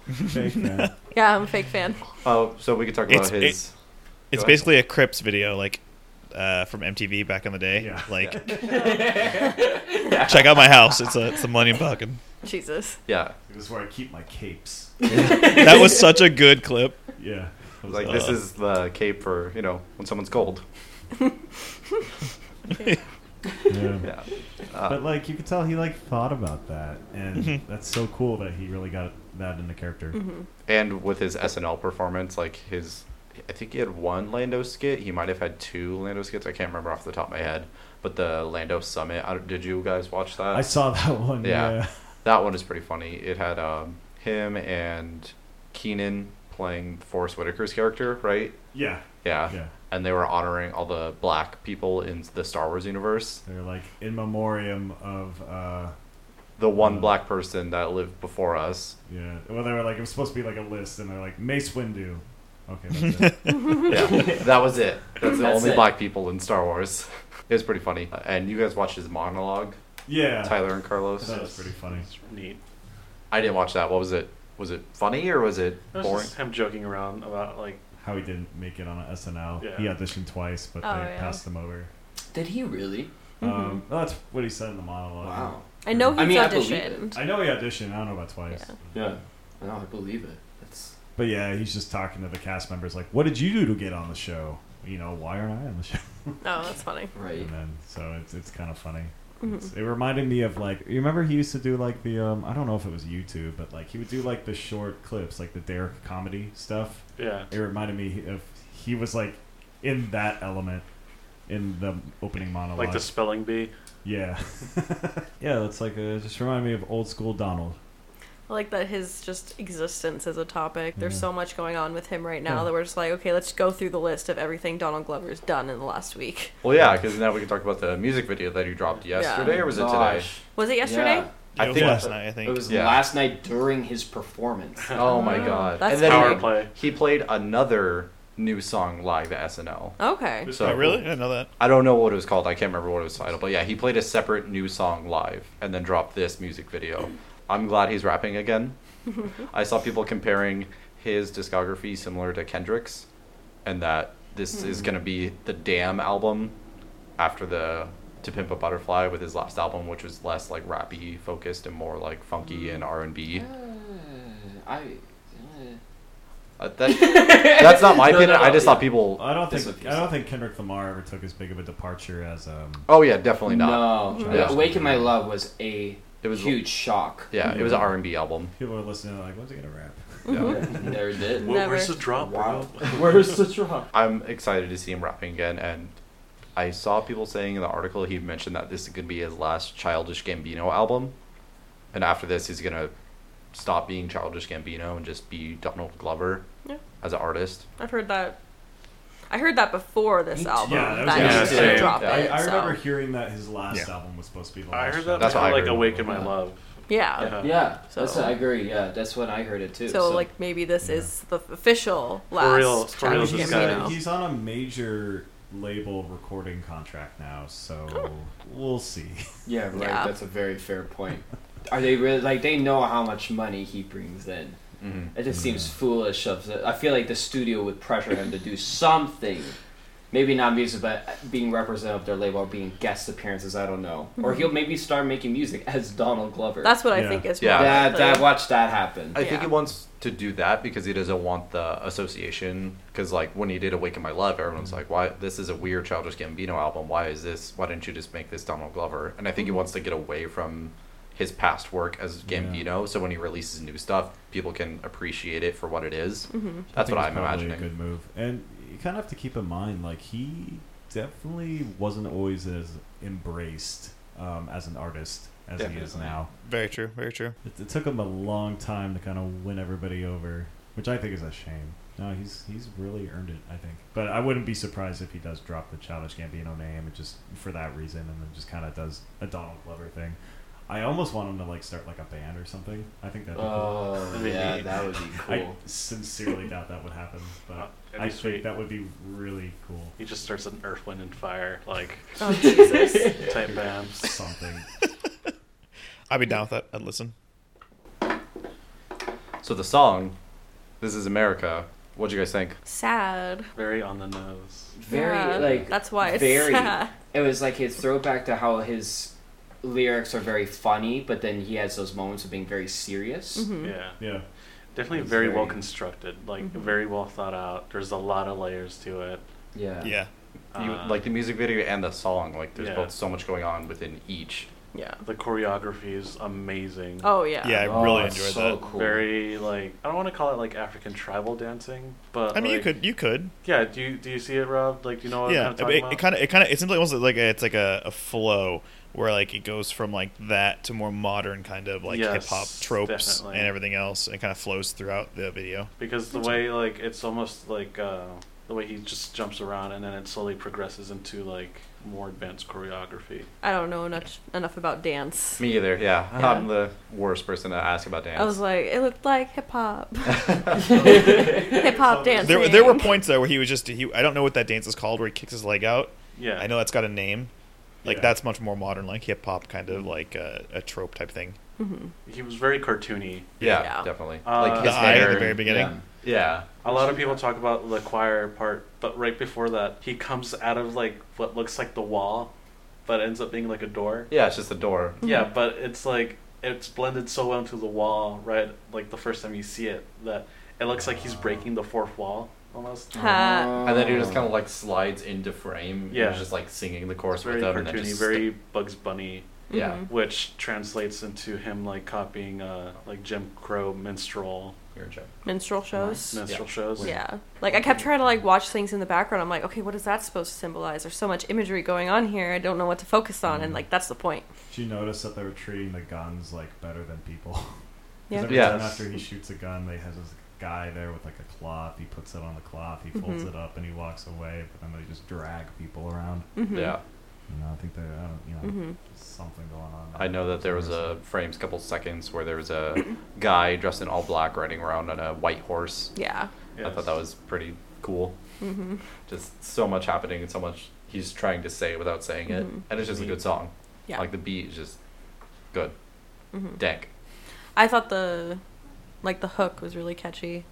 D: Fake, man.
B: Yeah, I'm a fake fan.
E: Oh, so we could talk
F: It's-
E: about his.
F: It's
E: ahead.
F: basically a Crips video, like uh, from MTV back in the day.
D: Yeah.
F: Like, check out my house. It's a it's a Millennium Falcon.
B: Jesus.
E: yeah,
D: this is where I keep my capes.
F: That was such a good clip.
D: Yeah. It was
E: like
D: awesome.
E: this
F: Uh.
E: is the cape for you know when someone's cold.
D: Yeah.
E: Yeah, Uh, "Ah."
D: But like you could tell he like thought about that, and that's so cool that he really got that in the character.
E: Mm-hmm.
B: Mm-hmm.
E: and with his SNL performance, like his, I think he had one Lando skit. He might have had two Lando skits. I can't remember off the top of my head. But the Lando Summit. I don't, did you guys watch that?
D: I saw that one.
E: yeah.
D: Yeah.
E: That one is pretty funny. It had um, him and Keenan playing Forrest Whitaker's character, right?
D: Yeah.
E: Yeah.
D: Yeah.
E: And they were honoring all the black people in the Star Wars universe.
D: They're like in memoriam of. uh
E: The one
D: Mm.
E: black person that lived before us.
D: Yeah. Well, they were like it was supposed to be like a list, and they're like Mace Windu. Okay. That's it.
E: Yeah. that was it. That's the
A: That's
E: only
A: it.
E: black people in Star Wars. it was pretty funny. And you guys watched his monologue,
D: yeah.
E: Tyler and Carlos.
C: Uh,
D: That was pretty funny.
C: It's neat.
E: I didn't watch that. What was it? Was it funny or was it
C: It was
E: boring?
C: just him joking around about like
D: How he didn't make it on a SNL.
C: Yeah.
D: He auditioned twice, but
B: Oh,
D: they
B: yeah. Mm-hmm.
D: passed him over.
A: Did he really?
D: Um, well, that's what he said in the
E: Oh,
D: monologue.
A: Wow.
B: I know he's
A: I mean, I believe it.
B: auditioned.
D: I know he auditioned. I don't know about twice.
B: Yeah.
A: Yeah. I know. I believe it. That's
D: But yeah, he's just talking to the cast members like, "What did you do to get on the show? You know, why aren't I on the show?"
B: Oh, that's funny.
A: right.
D: And then so it's it's kind of funny.
B: Mm-hmm.
D: It's- It reminded me of like you remember he used to do like the um I don't know if it was YouTube, but like he would do like the short clips, like the Derek comedy stuff.
C: yeah.
D: It reminded me of he was like in that element in the opening monologue.
C: Like the spelling bee.
D: yeah, yeah. That's like a, just reminded me of old school Donald.
B: I like that his just existence is a topic. There's
D: Yeah.
B: so much going on with him right now
D: Yeah.
B: that we're just like, okay, let's go through the list of everything Donald Glover's done in the last week.
E: Well, yeah, because now we can talk about the music video that he dropped yesterday, or was it today?
A: Gosh.
B: Was it yesterday?
E: I
F: It was
E: think-
F: last night, I think.
A: It was
E: Yeah.
A: last night during his performance.
E: Oh my god!
B: That's
E: and then
C: Power
E: he,
C: play.
E: he played another new song live at SNL.
B: Okay.
E: So
F: oh, really? I didn't know that.
E: I don't know what it was called. I can't remember what it was titled, but yeah, he played a separate new song live and then dropped this music video. I'm glad he's rapping again. I saw people comparing his discography similar to Kendrick's, and that this is
F: Hmm.
E: going to be the Damn album after the To Pimp a Butterfly with his last album, which was less like rappy focused and more like funky
F: Hmm.
E: and R and B.
A: I.
E: Uh, that, that's not my
A: No, no,
E: opinion.
A: no,
E: I just
A: yeah.
E: thought people.
D: I don't
A: This
D: think
A: would be
D: I don't think Kendrick Lamar ever took as big of a departure as um.
E: Oh yeah, definitely not.
A: No,
E: Yeah.
A: Awaken My Love was a
E: It was
A: huge Mm-hmm. shock.
E: Yeah, it was an R and B album.
D: People are listening like, when's he gonna rap?
E: Yeah.
A: There it
C: Wh-
A: did.
B: Never.
C: Where's the drop, bro?
A: Where's the drop?
E: I'm excited to see him rapping again, and I saw people saying in the article he mentioned that this could be his last Childish Gambino album, and after this he's gonna stop being Childish Gambino and just be Donald Glover
B: Yeah.
E: as an artist.
B: I've heard that. I heard that before this
A: Me too.
B: album.
D: Yeah, that was
B: that
E: me
B: he
E: too.
B: was gonna
C: Yeah,
B: drop
E: same.
B: it,
D: I, I
B: so-
D: remember hearing that his last
F: Yeah.
D: album was supposed to be the
C: I
D: last.
C: heard that
E: That's what
C: before,
E: I
C: like
E: heard. Uh,
C: Awaken My Love.
B: Yeah.
C: Yeah.
A: Yeah,
B: So-
A: that's, I agree. Yeah, that's when I heard it too.
B: So, like maybe this is the official last
C: real- for real,
B: Childish
C: this
D: he's,
C: guy.
B: Gambino.
D: he's on a major label recording contract now, so we'll see.
A: yeah, right.
B: Yeah.
A: That's a very fair point. Are they really like they know how much money he brings in? It just seems foolish of. The, I feel like the studio would pressure him to do something. Maybe not music, but being representative of their label, or being guest appearances. I don't know. Or he'll maybe start making music as Donald Glover.
B: Mm-hmm. That's what I
D: Yeah.
B: think is
E: Yeah.
B: more
A: that.
B: likely.
A: That watch that happen.
E: I think he
B: Yeah.
E: wants to do that because he doesn't want the association. Because like when he did Awaken My Love,
D: Mm-hmm.
E: everyone's like, "Why this is a weird Childish Gambino album? Why is this? Why didn't you just make this Donald Glover?" And I think he wants to get away from his past work as
D: Mm-hmm. Yeah.
E: Gambino, so when he releases new stuff, people can appreciate it for what it is.
D: I
B: Mm-hmm.
E: That's
D: think
E: what
D: it's
E: I'm
D: probably
E: imagining.
D: A good move, and you kind of have to keep in mind, like he definitely wasn't always as embraced um, as an artist as he is
E: Definitely.
D: now.
F: Very true. Very true.
D: It, it took him a long time to kind of win everybody over, which I think is a shame. No, he's he's really earned it, I think. But I wouldn't be surprised if he does drop the Childish Gambino name, and just for that reason, and then just kind of does a Donald Glover thing. I almost want him to like start like a band or something. I think that'd be cool.
A: Oh yeah, that would be
E: Uh,
D: I
A: cool.
D: sincerely doubt that would happen,
C: Uh,
D: but
C: that'd be
D: I
C: sweet.
D: think that would be really cool.
C: He just starts an Earth, Wind, and Fire like
B: Oh Jesus!
C: type bands.
D: Something.
F: I'd be down with that. I'd listen.
E: So the song, "This Is America," what do you guys think?
B: Sad.
C: Very on the nose.
A: Very
B: Yeah,
A: like
B: that's why it's
A: very.
B: sad.
A: It was like his throwback to how his lyrics are very funny, but then he has those moments of being very serious.
B: Mm-hmm.
E: Hmm.
C: Yeah.
D: yeah.
C: Definitely
A: It's
C: very, well
A: very-
C: constructed, like
E: Mm-hmm.
C: very well thought out. There's a lot of layers to it.
A: Yeah.
F: Yeah.
E: you,
C: Uh,
E: like the music video and the song, like there's
C: yeah.
E: both so much going on within each.
B: Yeah.
C: the choreography is amazing.
B: Oh yeah.
F: Yeah. I
A: Oh,
F: really
A: it's
F: enjoyed
A: so
F: that.
A: Cool.
C: Very like I don't want to call it like African tribal dancing, but
F: I mean, you
C: like-
F: could. You could.
C: Yeah. Do you do you see it, Rob? Like do you know what
F: yeah.
C: I'm
F: but
C: talking
F: It,
C: about?
F: it kind of. It kind of. It seems like almost like a, it's like a, a flow where like it goes from like that to more modern kind of like
C: Yes,
F: hip hop tropes
C: definitely.
F: and everything else. And it kind of flows throughout the video.
C: because the way like it's almost like uh, the way he just jumps around and then it slowly progresses into like more advanced choreography.
B: I don't know enough enough about dance.
E: Me either. Yeah,
B: Yeah.
E: I'm the worst person to ask about dance.
B: I was like, it looked like hip hop. hip hop dancing.
F: There, there were points though where he was just he. I don't know what that dance is called where he kicks his leg out.
C: Yeah.
F: I know that's got a name. Like
C: Yeah.
F: that's much more modern, like hip hop kind of like uh, a trope type thing.
C: He was very cartoony.
E: Yeah,
B: Yeah.
E: definitely.
C: Uh,
E: like
F: The
E: his
F: eye at
E: hair.
F: the very beginning.
A: Yeah.
E: yeah.
C: A lot of people talk about the choir part, but right before that, he comes out of like what looks like the wall, but ends up being like a door.
E: Yeah, it's just the door.
C: Yeah, but it's like it's blended so well into the wall, right? Like the first time you see it, that it looks like he's breaking the fourth wall almost.
B: Ha.
E: And then he just kind of like slides into frame.
C: Yeah.
E: Yeah. And just like singing the chorus
C: Very
E: with them. And then
C: cartoony,
E: just
C: very Bugs Bunny,
E: Yeah.
B: mhm.
C: which translates into him like copying uh, like Jim Crow minstrel
E: Your job.
B: Minstrel shows.
C: minstrel
E: Yeah.
C: shows.
B: Yeah. Like I kept trying to like watch things in the background. I'm like, okay, what is that supposed to symbolize? There's so much imagery going on here. I don't know what to focus on, and like that's the point.
D: Did you notice that they were treating the guns like better than people?
B: Yeah.
D: every
E: Yeah.
D: time after he shoots a gun, they have this guy there with like a cloth. He puts it on the cloth. He folds
B: Mhm.
D: it up and he walks away. But then they just drag people around.
B: Mm-hmm.
E: Yeah.
D: You know, I think they, I don't, you know,
B: Mm-hmm.
D: something going on.
E: I know that there was a frames couple seconds where there was a guy dressed in all black riding around on a white horse.
B: Yeah.
E: I thought that was pretty cool.
B: Mm-hmm.
E: Just so much happening and so much he's trying to say without saying it,
B: Mhm.
E: and it's just a good song.
B: Yeah.
E: Like the beat is just good.
B: Mm-hmm.
E: Dank.
B: I thought the, like the hook was really catchy.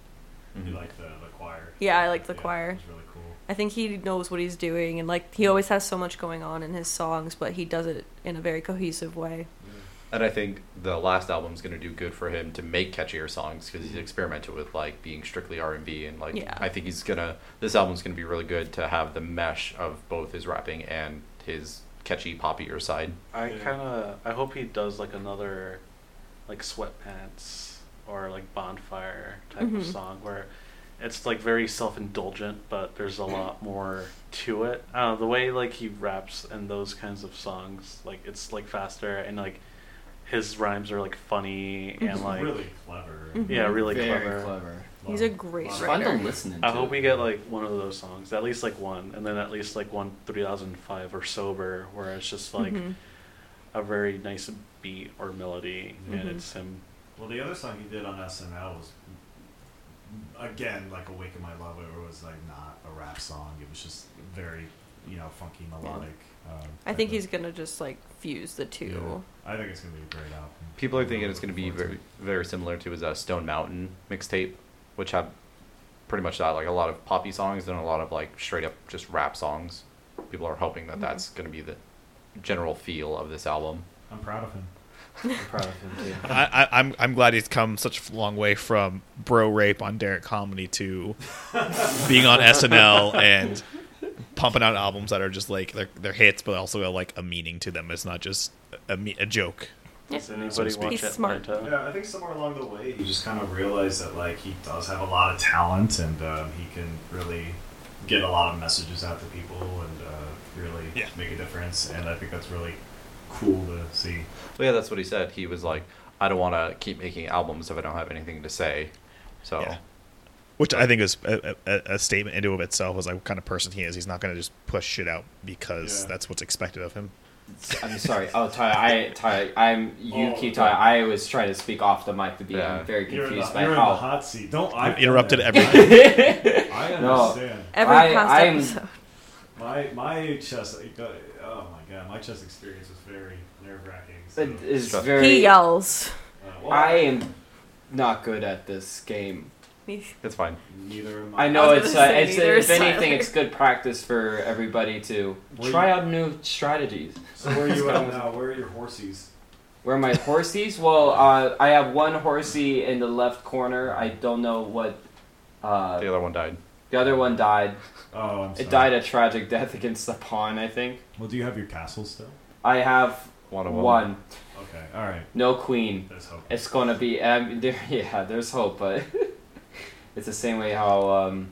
C: Mm-hmm.
D: You like the, the choir?
B: Yeah, I liked the
D: It
B: choir.
D: was really cool.
B: I think he knows what he's doing, and like he always has so much going on in his songs, but he does it in a very cohesive way.
C: Mm-hmm.
E: And I think the last album's going to do good for him to make catchier songs because he's experimented with like being strictly R and B and like
B: Yeah.
E: I think he's gonna this album's going to be really good to have the mesh of both his rapping and his catchy poppier side.
C: I
F: Yeah.
C: kind of I hope he does like another like sweatpants or like bonfire type
B: Mhm.
C: of song where it's like very self-indulgent but there's a lot more to it. Uh, the way like he raps in those kinds of songs like it's like faster and like his rhymes are like funny and
D: It's
C: like
D: really clever.
B: Mhm.
C: yeah, really
A: Very
C: clever.
A: clever.
B: He's a great
A: It's
D: It's
A: fun to
B: writer.
A: listen to.
C: I hope we get like one of those songs, at least like one, and then at least like one 3005 or sober where it's just like
B: Mhm.
C: a very nice beat or melody, and
B: Mhm.
C: it's him.
D: Well, the other song he did on SNL was, again, like "Awaken My Love." It was like not a rap song. It was just very, you know, funky melodic. Um,
B: I
D: type
B: think
D: of-
B: he's gonna just like fuse the two.
D: I think it's gonna be a great album.
E: People are
D: I'm
E: thinking
D: really
E: it's going to
D: looking
E: be
D: forward
E: very very similar to his uh, Stone Mountain mixtape, which had pretty much that like a lot of poppy songs and a lot of like straight up just rap songs. People are hoping that
B: Mhm.
E: that's going to be the general feel of this album.
D: to it. I'm proud of him.
A: I'm proud of him too.
F: I, I, I'm I'm glad he's come such a long way from bro rape on Derek Comedy to being on SNL and pumping out albums that are just like they're, they're hits, but also have like a meaning to them. It's not just a, me- a joke.
B: Yeah.
C: Does anybody
F: He's
C: watch
B: smart.
C: Atlanta?
D: Yeah, I think somewhere along the way, he just kind of realized that like he does have a lot of talent, and um, he can really get a lot of messages out to people and uh, really
F: Yeah.
D: make a difference. And I think that's really cool to see.
E: But yeah, that's what he said. He was like, I don't want to keep making albums if I don't have anything to say. So
F: Yeah. Which I think is a, a, a statement into of itself is like what kind of person he is. He's not going to just push shit out because
D: Yeah.
F: that's what's expected of him.
A: I'm sorry. Oh, Ty, I, Ty, I'm you,
D: Oh,
A: keep Ty. I was trying to speak off the mic to be.
E: Yeah.
A: I'm very
D: You're in the,
A: confused by
D: you're in the
A: how.
D: hot seat. Don't
F: I've
D: done
F: interrupted
D: that.
F: everything.
D: I
A: No.
D: understand.
B: Every
A: I-
B: past
A: I'm-
B: episode.
D: My my chest. it got- Oh my god, my chest experience was very nerve wracking. So,
A: It is
E: Stress.
A: very.
B: He yells.
D: uh, well,
A: I am not good at this game.
E: it's fine.
D: neither am I.
A: I know
B: I was
A: it's, uh,
B: gonna say,
A: it's
B: neither
A: if
B: is
A: anything,
B: Tyler.
A: it's good practice for everybody to
D: Were
A: try out new strategies.
D: So where are you at now? Where are your horsies?
A: Where are my horsies? Well, uh, I have one horsey in the left corner. I don't know what.
E: The
A: Uh,
E: other one died.
A: the other one died.
D: Oh, I'm sorry.
A: It died a tragic death against the pawn, I think.
D: Well, do you have your castle still?
A: I have
E: One of them.
A: one,
D: Okay, all right.
A: no queen.
D: There's hope.
A: It's gonna be. Um, there, yeah, there's hope, but it's the same way how um,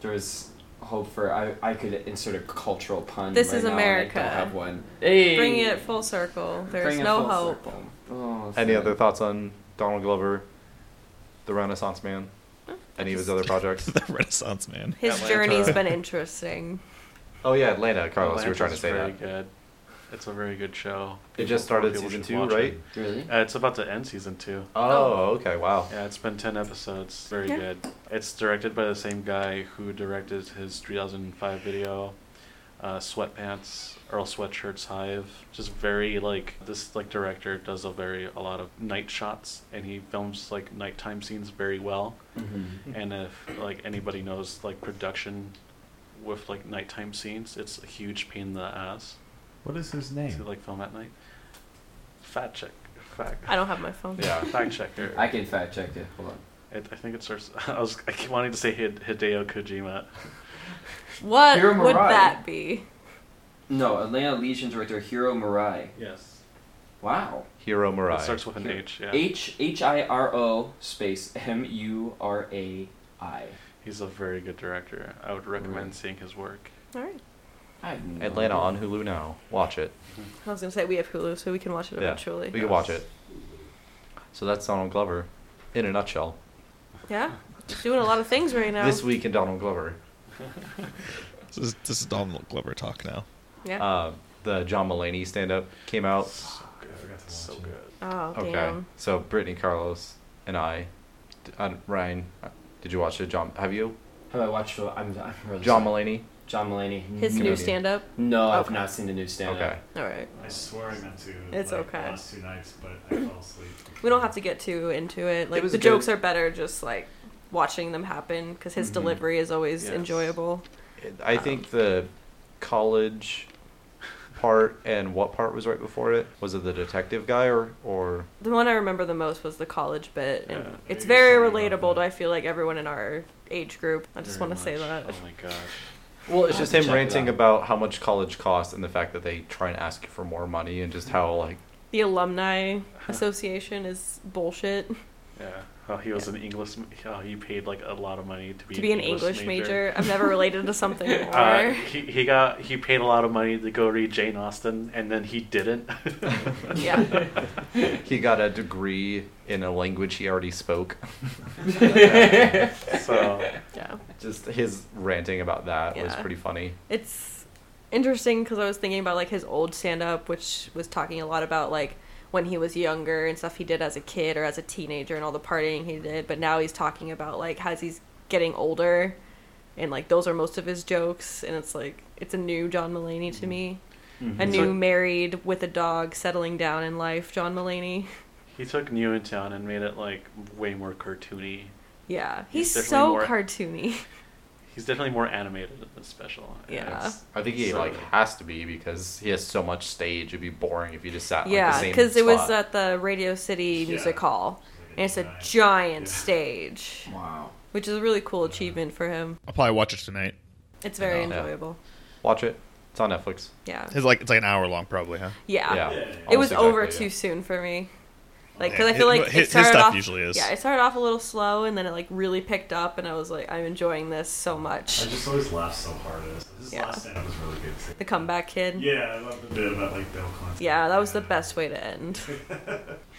A: there's hope for. I, I could insert a cultural pun.
B: This
A: right
B: is
A: now, and
B: America.
A: I don't have one. Hey,
B: Bring it full circle. There's
A: Bring it
B: no
A: full
B: hope.
A: circle. Oh,
E: Any
A: sad.
E: other thoughts on Donald Glover, the Renaissance Man?
B: Hmm.
E: Any of his other projects?
F: the Renaissance man.
B: His
C: Atlanta.
B: journey's been interesting.
E: Oh yeah, Atlanta, Carlos. you were trying to
C: Atlanta's
E: say
C: very
E: that.
C: Good. It's a very good show.
E: It just started season two, right?
A: Really?
C: Uh, it's about to end season two.
E: Oh, okay. Wow.
C: Yeah, it's been 10 episodes. Very
B: Yeah.
C: good. It's directed by the same guy who directed his 2005 video, uh, Sweatpants, Earl Sweatshirt's Hive. Just very, like, this, like, director does a very, a lot of night shots, and he films, like, nighttime scenes very well.
A: Mm-hmm.
C: And if, like, anybody knows, like, production with, like, nighttime scenes, it's a huge pain in the ass
D: What is his
C: to,
D: name?
C: like, film at night. Fact check. Fact.
B: I don't have my phone.
E: Yeah.
C: Fact checker.
A: I can fact check it. Hold on.
C: It, I think it starts. I was I keep wanting to say Hid, Hideo Kojima.
B: What
A: Hiro
B: would
A: Murai.
B: that be?
A: No, Atlanta Legion director Hiro Murai.
C: Yes.
A: Wow.
E: Hiro
C: It
E: Murai.
C: starts with an
A: Hiro-
C: H. Yeah.
A: H H I R O space M U R A I.
C: He's a very good director. I would recommend
A: Alright.
C: seeing his work.
B: All right.
A: I have no
E: Atlanta
A: idea.
E: on Hulu now. Watch it.
B: I was gonna say we have Hulu, so we can watch it
E: Yeah.
B: eventually.
E: We can watch it. So that's Donald Glover, in a nutshell.
B: Yeah, doing a lot of things right now.
E: This week in Donald Glover,
F: This is, this is Donald Glover talk now.
B: Yeah.
E: uh, the John Mulaney stand-up came out.
D: Oh. I forgot to watch
C: So
D: it.
C: good.
B: oh
E: Okay,
B: damn.
E: so Brittany, Carlos, and I, d- uh, Ryan, uh, did you watch the John? Have you
A: Have I watched? the- I'm, I'm really
E: John
A: sorry.
E: Mulaney?
A: John Mulaney.
B: His
E: Comedian.
B: new stand-up.
A: No, I've
B: Okay.
A: not seen the new stand.
E: Okay,
B: All right.
D: I swear I meant to.
B: It's
D: like,
B: okay.
D: Last two nights, but I fell asleep.
B: We don't have to get too into it. Like
E: was
B: the
E: good.
B: jokes are better just like watching them happen because his
E: Mhm.
B: delivery is always
C: Mm-hmm. Yes.
B: enjoyable.
E: I think the college part and what part was right before it was it the detective guy or or
B: The one I remember the most was the college bit, and
C: Yeah.
B: it's
D: Maybe
B: very
D: something about
B: relatable to
D: that.
B: I feel like everyone in our age group. I just
C: Very
B: want to say
C: much.
B: that.
C: Oh my gosh.
E: Well, it's
A: I'll have
E: just
A: to
E: him
A: check it
E: ranting
A: out.
E: about how much college costs and the fact that they try and ask you for more money and just how like
B: The alumni association is bullshit.
C: Yeah. Oh, he was an English. Oh, he paid like a lot of money to be
B: to be an English, major. I've never related to something more.
C: Uh, he, he got he paid a lot of money to go read Jane Austen, and then he didn't.
B: yeah.
E: he got a degree in a language he already spoke.
C: so
B: Yeah.
E: Just his ranting about that was
B: Yeah.
E: pretty funny.
B: It's interesting because I was thinking about like his old stand up, which was talking a lot about like when he was younger and stuff he did as a kid or as a teenager and all the partying he did. But now he's talking about like as he's getting older and like those are most of his jokes. And it's like, it's a new John Mulaney
C: Mm-hmm.
B: to me.
A: Mm-hmm.
B: A
E: Mhm.
B: new
E: So-
B: married with a dog settling down in life, John Mulaney.
C: he took Newtown and made it like way more cartoony.
B: Yeah,
C: He's
B: he's, so
C: definitely more-
B: cartoony.
C: He's definitely more animated in this special. and
B: Yeah.
C: it's-
E: I think he
C: so-
E: like has to be because he has so much stage. It'd be boring if you just sat.
B: yeah,
E: like,
B: because it was uh,
E: spot.
B: at the Radio City
D: Yeah.
B: Music Hall, and it's a
D: Giant.
B: giant
D: Yeah.
B: stage,
A: Wow.
B: which is a really cool achievement for him.
F: I'll probably watch it tonight.
B: It's very
E: Yeah.
B: enjoyable.
E: watch it. It's on Netflix.
B: Yeah,
F: It's like it's like an hour long, probably, huh?
B: yeah.
E: Yeah,
D: It
B: It was
E: almost
B: over
E: exactly,
B: too
E: yeah.
B: soon for me. Like,
F: Yeah,
B: because I
F: his-
B: feel like
F: his-
B: it
F: his
B: started
F: stuff
B: off,
F: usually is.
B: Yeah, it started off a little slow, and then it like really picked up, and I was like, I'm enjoying this so
D: I
B: much.
D: just always laugh so hard at this. This
B: Yeah.
D: last stand-up was really good. Too.
B: The comeback kid.
D: Yeah, I love the bit about like Bill Clinton.
B: Yeah, that was the best way to end.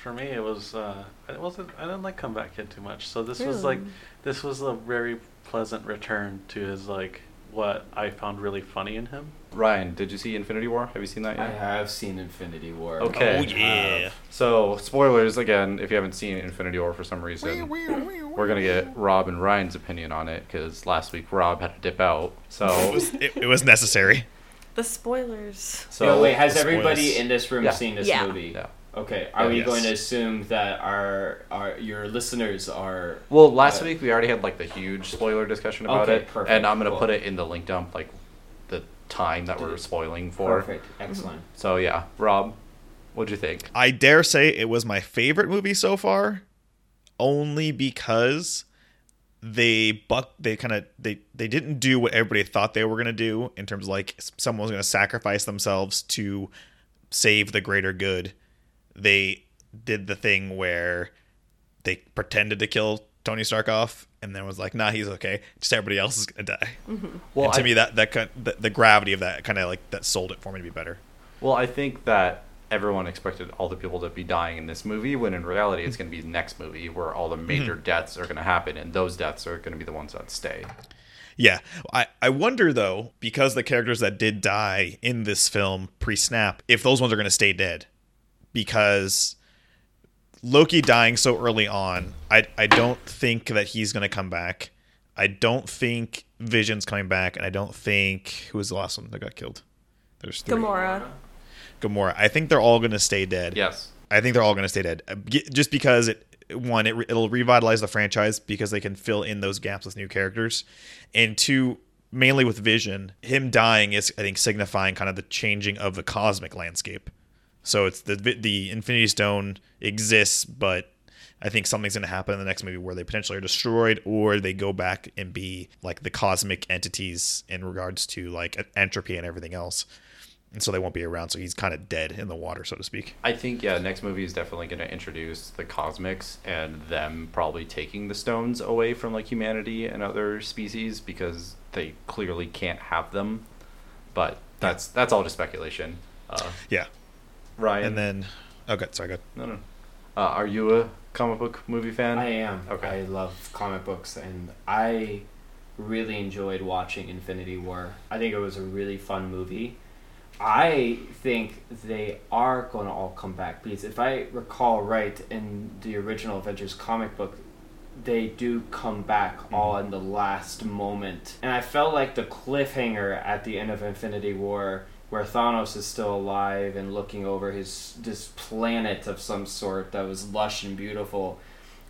C: For me, it was. Uh, it wasn't. I didn't like Comeback Kid too much. So this was
B: Really?
C: like, this was a very pleasant return to his like what I found really funny in him.
E: Ryan, did you see Infinity War? Have you seen that
A: I
E: yet?
A: have seen Infinity War.
E: Okay.
F: Oh yeah.
E: So spoilers again. If you haven't seen Infinity War for some reason, we're gonna get Rob and Ryan's opinion on it because last week Rob had to dip out. So,
F: It, it was necessary.
B: The spoilers.
E: so
A: no, wait, has
F: Spoilers.
A: everybody in this room
E: Yeah.
A: seen this
B: Yeah.
A: movie?
E: Yeah.
A: Okay, are
E: Yeah.
A: we
E: Yes.
A: going to assume that our, our your listeners are
E: Well, last
A: Uh,
E: week we already had like the huge spoiler discussion about
A: Okay,
E: it,
A: perfect,
E: and I'm gonna
A: cool.
E: put it in the link dump, like the time that we're spoiling for.
A: perfect,
B: Mm-hmm.
A: excellent?
E: So yeah, Rob, what'd you think?
F: I dare say it was my favorite movie so far, only because they buck they kind of they they didn't do what everybody thought they were going to do in terms of like s- someone was going to sacrifice themselves to save the greater good. They did the thing where they pretended to kill Tony Stark off and then was like, "Nah, he's okay. Just everybody else is going to die."
E: Well,
F: and to
E: I-
F: me that that kind the, the gravity of that kind of like that sold it for me to be better.
E: Well, I think that everyone expected all the people to be dying in this movie, when in reality it's going to be the next movie where all the major deaths are going to happen, and those deaths are going to be the ones that stay.
F: Yeah. I, I wonder though, because the characters that did die in this film pre snap, if those ones are going to stay dead. Because Loki dying so early on, I, I don't think that he's going to come back. I don't think Vision's coming back. And I don't think. Who was the last one that got killed? There's three.
B: Gamora.
F: Gamora. I think they're all going to stay dead.
E: Yes.
F: I think they're all going to stay dead, Uh, g- just because it one it re- it'll revitalize the franchise because they can fill in those gaps with new characters, and two mainly with Vision. Him dying is I think signifying kind of the changing of the cosmic landscape. So it's the vi- the Infinity Stone exists, but I think something's going to happen in the next movie where they potentially are destroyed or they go back and be like the cosmic entities in regards to like entropy and everything else. And so they won't be around. So he's kind of dead in the water, so to speak.
E: I think yeah, next movie is definitely going to introduce the cosmics and them probably taking the stones away from like humanity and other species because they clearly can't have them. But that's that's all just speculation. Uh,
F: Yeah.
E: Ryan,
F: and then okay sorry oh, good
E: no, no. Uh, are you a comic book movie fan?
A: I am.
E: Okay.
A: I love comic books, and I really enjoyed watching Infinity War. I think it was a really fun movie. I think they are going to all come back because if I recall right, in the original Avengers comic book, they do come back
E: Mm-hmm.
A: all in the last moment. And I felt like the cliffhanger at the end of Infinity War, where Thanos is still alive and looking over his this planet of some sort that was lush and beautiful.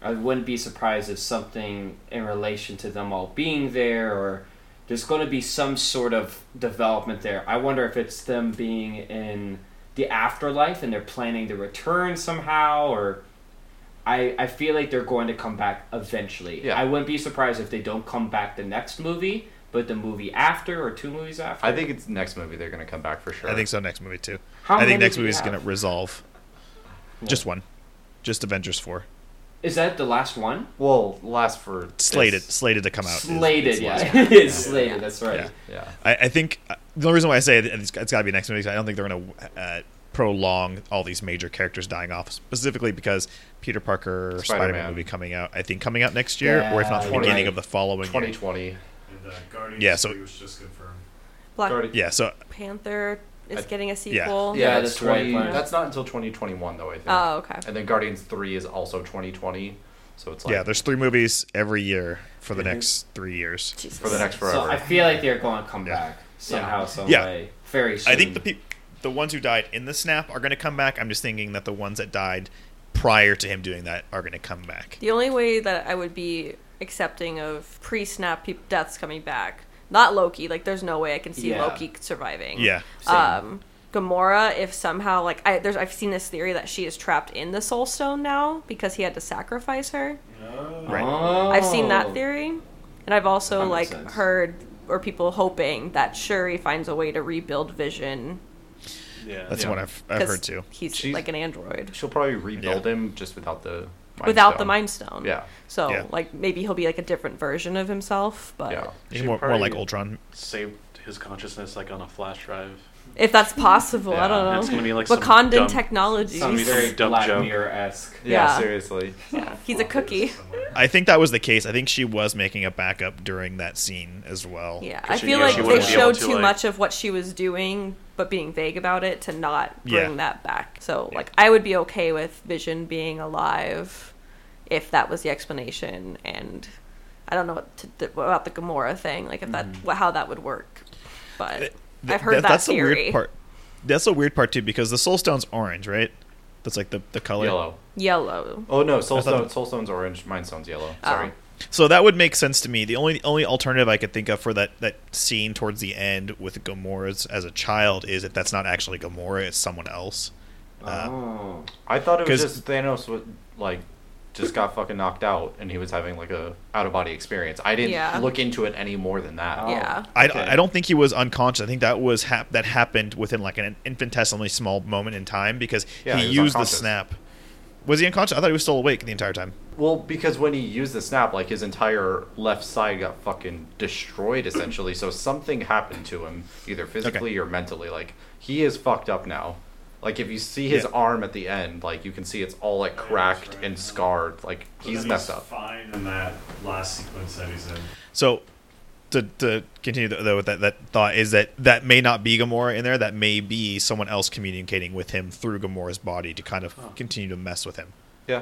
A: I wouldn't be surprised if something in relation to them all being there or there's going to be some sort of development there. I wonder if it's them being in the afterlife and they're planning to return somehow or I, I feel like they're going to come back eventually.
E: Yeah.
A: I wouldn't be surprised if they don't come back the next movie, but the movie after or two movies after.
E: I think it's next movie they're gonna come back for sure.
F: I think so. Next movie too.
A: How
F: I
A: many
F: think next
A: do you
F: movie is
A: have?
F: gonna resolve. Just one, just Avengers four
A: Is that the last one?
E: Well, last for
F: slated
E: it's-
F: slated to come out. is-
A: Slated,
F: is the last
A: yeah.
F: one.
A: it is slated, that's right.
F: Yeah.
E: Yeah.
F: I, I think uh, the only reason why I say it, it's, it's got to be next movie. is I don't think they're going to uh, prolong all these major characters dying off, specifically because Peter Parker Spider Man
E: Spider-Man.
F: movie coming out. I think coming out next year, or if not the
A: Yeah,
F: beginning
E: right.
F: of the following
E: Twenty
F: year.
E: twenty.
D: And uh, Guardians
F: Yeah, so-
D: 3 was just confirmed.
B: Black
F: Yeah, so
B: Panther is
E: I-
B: getting a sequel.
E: Yeah,
A: Yeah,
E: that's
A: that's right,
E: 20,
A: Planet.
E: That's not until twenty twenty one though. I think.
B: Oh, okay.
E: And then Guardians three is also twenty twenty, so it's like
F: yeah, there's three movies every year for the
E: Mm-hmm.
F: next three years.
B: Jesus.
E: for the next forever.
A: So I feel like they're going to come
F: Yeah.
A: back somehow, some
F: Yeah.
A: way, very soon.
F: I think the peop the ones who died in the snap are going to come back. I'm just thinking that the ones that died prior to him doing that are going to come back.
B: The only way that I would be accepting of pre-snap peop deaths coming back, not Loki. Like, there's no way I can see
A: Yeah.
B: Loki surviving.
F: Yeah.
A: Same.
B: Um, Gamora, if somehow like I there's I've seen this theory that she is trapped in the Soul Stone now because he had to sacrifice her.
F: Right.
B: Uh-huh.
A: Oh.
B: I've seen that theory, and I've also
A: That
B: like
A: makes sense.
B: heard or people hoping that Shuri finds a way to rebuild Vision
C: Yeah.
F: That's
E: Yeah.
F: what I've, I've
B: because
F: heard too.
B: he's
E: She's-
B: like an android
E: she'll probably rebuild
F: Yeah.
E: him just without the Mind
B: without the
E: Stone.
B: Mind Stone.
E: Yeah.
B: So
F: Yeah.
B: like maybe he'll be like a different version of himself, but
E: Yeah.
C: She
F: More, more
C: probably-
F: like Ultron.
C: saved his consciousness like on a flash drive.
B: if that's possible, I
E: Yeah,
B: don't know.
C: That's gonna be like some
B: Wakandan
C: dumb-
B: technology.
A: Some
C: Jeez.
A: very
C: Dumb
A: Black
C: joke.
A: Mirror esque.
E: Yeah.
B: Yeah.
E: Seriously.
B: Yeah, he's a cookie.
F: I think that was the case. I think she was making a backup during that scene as well.
B: Yeah, I
C: Because she-
B: feel
C: yeah,
B: like
C: she
B: they
C: wouldn't
F: be
B: showed
C: able to,
B: too
C: like-
B: much of what she was doing, but being vague about it to not bring
F: Yeah.
B: that back. So,
F: Yeah.
B: like, I would be okay with Vision being alive if that was the explanation. And I don't know what to, th- about the Gamora thing, like if that wh- how that would work. But
F: Th-
B: I've heard that,
F: that's the
B: theory.
F: weird part. That's the weird part too, because the Soul Stone's orange, right? That's like the the color.
E: Yellow.
B: Yellow.
E: Oh no, Soul
F: I thought-
E: Stone, Soul Stone's orange, Mind Stone's yellow. Sorry.
F: So that would make sense to me. The only only alternative I could think of for that that scene towards the end with Gamora's as a child is if that's not actually Gamora, it's someone else. Uh,
A: oh.
E: I thought it was
F: 'Cause-
E: just Thanos was like just got fucking knocked out and he was having like a out of body experience. I didn't
B: Yeah.
E: look into it any more than that.
A: Oh.
B: Yeah.
F: I,
A: Okay.
F: I don't think he was unconscious. I think that was hap- that happened within like an infinitesimally small moment in time because
E: Yeah,
F: he,
E: he was
F: used the
E: unconscious.
F: snap. Was he unconscious? I thought he was still awake the entire time.
E: Well, because when he used the snap, like his entire left side got fucking destroyed essentially. So something happened to him, either physically or mentally. Like he is fucked up now. Like if you see his
F: Yeah.
E: arm at the end, like you can see it's all like
D: Yeah, that's
E: cracked
D: right.
E: and scarred. Like
D: But
E: he's
D: then
E: messed up.
D: Fine in that last sequence that he's in.
F: So to, to continue th- though with that, that thought is that that may not be Gamora in there. That may be someone else communicating with him through Gamora's body to kind of continue to mess with him.
E: Yeah,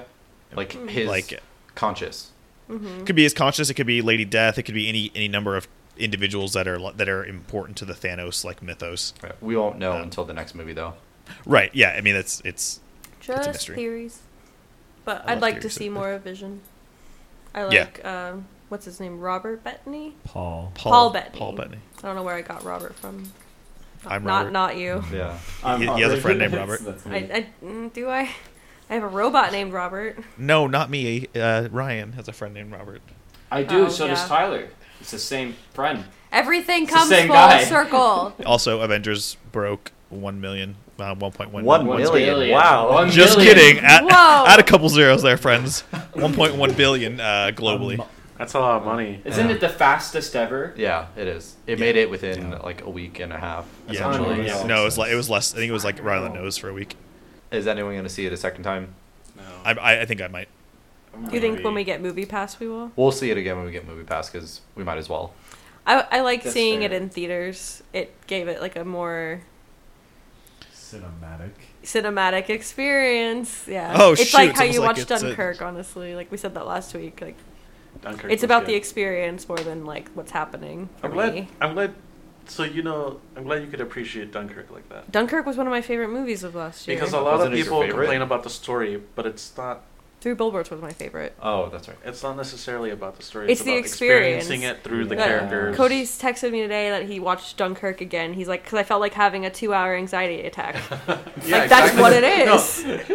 E: like his
F: Like-
E: conscious.
F: It could be his conscious. It could be Lady Death. It could be any any number of individuals that are lo- that are important to the Thanos like mythos.
E: We won't know
F: Yeah.
E: until the next movie though.
F: Right? Yeah. I mean, it's it's It's a
B: Just
F: mystery.
B: theories. But I'd
F: I love
B: like to
F: theories.
B: see more of Vision. I
F: Yeah.
B: like, um, what's his name? Robert Bettany?
D: Paul.
F: Paul,
B: Paul Bettany.
F: Paul Bettany.
B: I don't know where I got Robert from.
F: I'm
B: not
F: Robert.
B: not you.
F: Mm-hmm.
E: Yeah.
A: I'm
F: y-
A: Robert.
F: the other friend named Robert.
A: That's me.
B: I, I mm, do I. I have a robot named Robert.
F: No, not me. Uh, Ryan has a friend named Robert.
A: I do,
B: Oh,
A: so
B: yeah.
A: does Tyler. It's the same friend.
B: Everything
A: the
B: comes full
A: same guy.
B: circle.
F: Also, Avengers broke one million. Uh, 1.1
E: One
A: One
E: Million,
A: billion.
E: wow.
A: One
F: Just
A: million.
F: kidding. Add,
B: Whoa.
F: add a couple zeros there, friends. 1.1 billion uh, globally.
C: That's a lot of money.
A: Isn't
E: Yeah.
A: it the fastest ever?
E: Yeah, it is. It made it within like a week and a half.
F: yeah,
E: Essentially.
A: unreal.
F: no, it was like it was less. I think it was like around the nose for a week.
E: Is anyone going to see it a second time?
C: No.
F: I, I, I think I might.
B: Do you think when we get Movie Pass, we will?
E: We'll see it again when we get Movie Pass because we might as well.
B: I, I like
A: That's
B: seeing it
A: fair.
B: in theaters. It gave it like a more
D: Cinematic.
B: cinematic experience. Yeah.
F: Oh,
B: It's
F: shoot,
B: like
F: it's
B: how you
F: almost like
B: watch
F: it's a-
B: Dunkirk, honestly. Like we said that last week. Like
C: Dunkirk
B: it's
C: was
B: about
C: good.
B: the experience more than like what's happening for
C: I'm glad.
B: me.
C: I'm glad. So you know, I'm glad you could appreciate Dunkirk like that.
B: Dunkirk was one of my favorite movies of last year.
C: Because a lot
E: Wasn't
C: of
E: it your
C: people
E: favorite?
C: complain about the story, but it's not.
B: Three Billboards was my favorite.
E: Oh, that's right.
C: It's not necessarily about the story.
B: It's the
C: about
B: experience.
C: experiencing it through the
B: But
C: characters.
B: Cody's texted me today that he watched Dunkirk again. He's like, because I felt like having a two-hour anxiety attack.
C: Yeah,
B: like that's
C: exactly.
B: what it is.
C: It,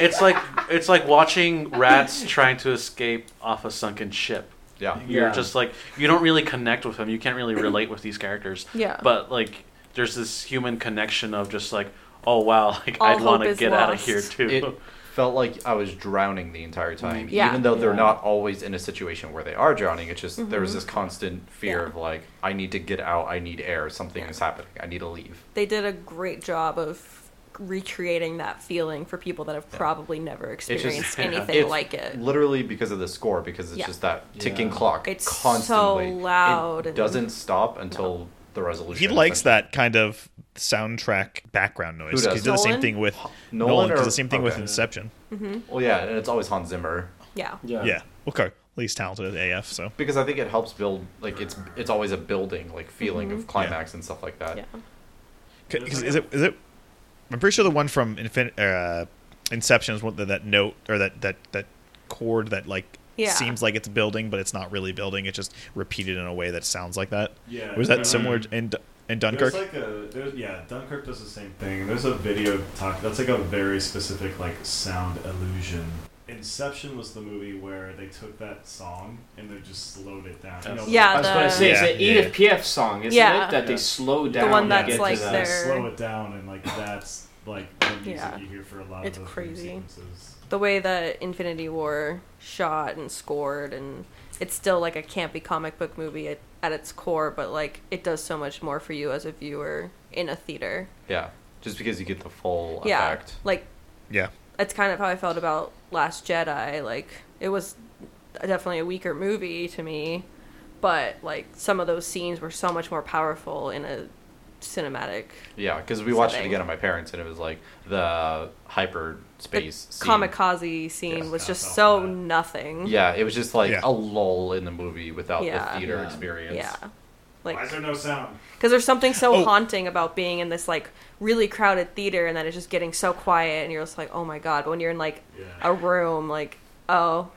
C: it's like it's like watching rats trying to escape off a sunken ship.
E: Yeah.
C: You're
A: Yeah.
C: just like you don't really connect with them. You can't really relate with these characters.
B: Yeah.
C: But like, there's this human connection of just like, oh wow, like
B: All
C: I'd want
B: hope
C: to
B: is
C: get out of
B: lost.
C: here too.
E: It felt like I was drowning the entire time,
B: Yeah.
E: even though they're
A: Yeah.
E: not always in a situation where they are drowning. It's just
B: Mm-hmm.
E: there was this constant fear
B: Yeah.
E: of like, I need to get out. I need air. Something
B: Yeah.
E: is happening. I need to leave.
B: they did a great job of recreating that feeling for people that have probably never
E: just-
B: experienced anything
E: it's
B: like it.
E: Literally because of the score, because it's
B: Yeah.
E: just that ticking
A: Yeah.
E: clock
B: It's so
E: constantly.
B: loud
E: It
B: and-
E: doesn't stop until the resolution.
F: He likes that kind of soundtrack background noise.
E: Who
F: He
E: does?
F: did the same
B: Nolan?
F: thing with
E: Nolan
F: Nolan. does
E: or-
F: the same thing with
E: okay.
F: Inception.
E: Well, yeah, and it's always Hans Zimmer
B: Yeah.
A: Yeah.
F: Yeah. Okay. At least talented AF. So
E: because I think it helps build like it's it's always a building like feeling of climax and stuff like that.
B: Mm-hmm. Yeah.
F: C- 'cause is it is it? I'm pretty sure the one from Infin- uh, Inception is one that, that note or that that that chord that like
B: Yeah.
F: seems like it's building, but it's not really building. It's just repeated in a way that sounds like that.
D: Yeah,
F: Was that
D: um,
F: similar in D- in Dunkirk?
D: There's like a, there's, yeah, Dunkirk does the same thing. There's a video talk that's like a very specific like sound illusion. Inception was the movie where they took that song and they just slowed it down. You know,
B: Yeah,
D: like,
A: I was going to say,
F: Yeah,
A: it's the
F: yeah,
A: Edith Piaf song, isn't
B: Yeah.
A: it? That
D: Yeah.
A: they slow down.
B: one
A: to
B: that's
A: get to
B: like
A: the-
D: they
B: their-
D: slow it down and like that's like the music
B: Yeah.
D: you hear for a lot
B: It's
D: of those
B: crazy.
D: sequences.
B: The way that Infinity War shot and scored, and it's still like a campy comic book movie at, at its core, but like it does so much more for you as a viewer in a theater.
E: Yeah, just because you get the full
B: Yeah.
E: effect.
B: Like
F: yeah.
B: that's kind of how I felt about Last Jedi. Like it was definitely a weaker movie to me, but like some of those scenes were so much more powerful in a cinematic
E: Yeah, because we watched it
B: Setting.
E: again at my parents, and it was like the hyperspace
B: the
E: scene.
B: kamikaze scene
E: Yeah.
B: was
D: I
B: just
D: felt
B: so
D: that.
B: nothing.
E: Yeah, it was just like
F: Yeah.
E: a lull in the movie without
B: Yeah.
E: the theater
A: Yeah.
E: experience.
B: Yeah.
D: Why
B: Like
D: is there no sound?
B: cuz there's something so
F: Oh.
B: haunting about being in this like really crowded theater and then it's just getting so quiet and you're just like, "Oh my god." But when you're in like
D: Yeah.
B: a room like, "Oh,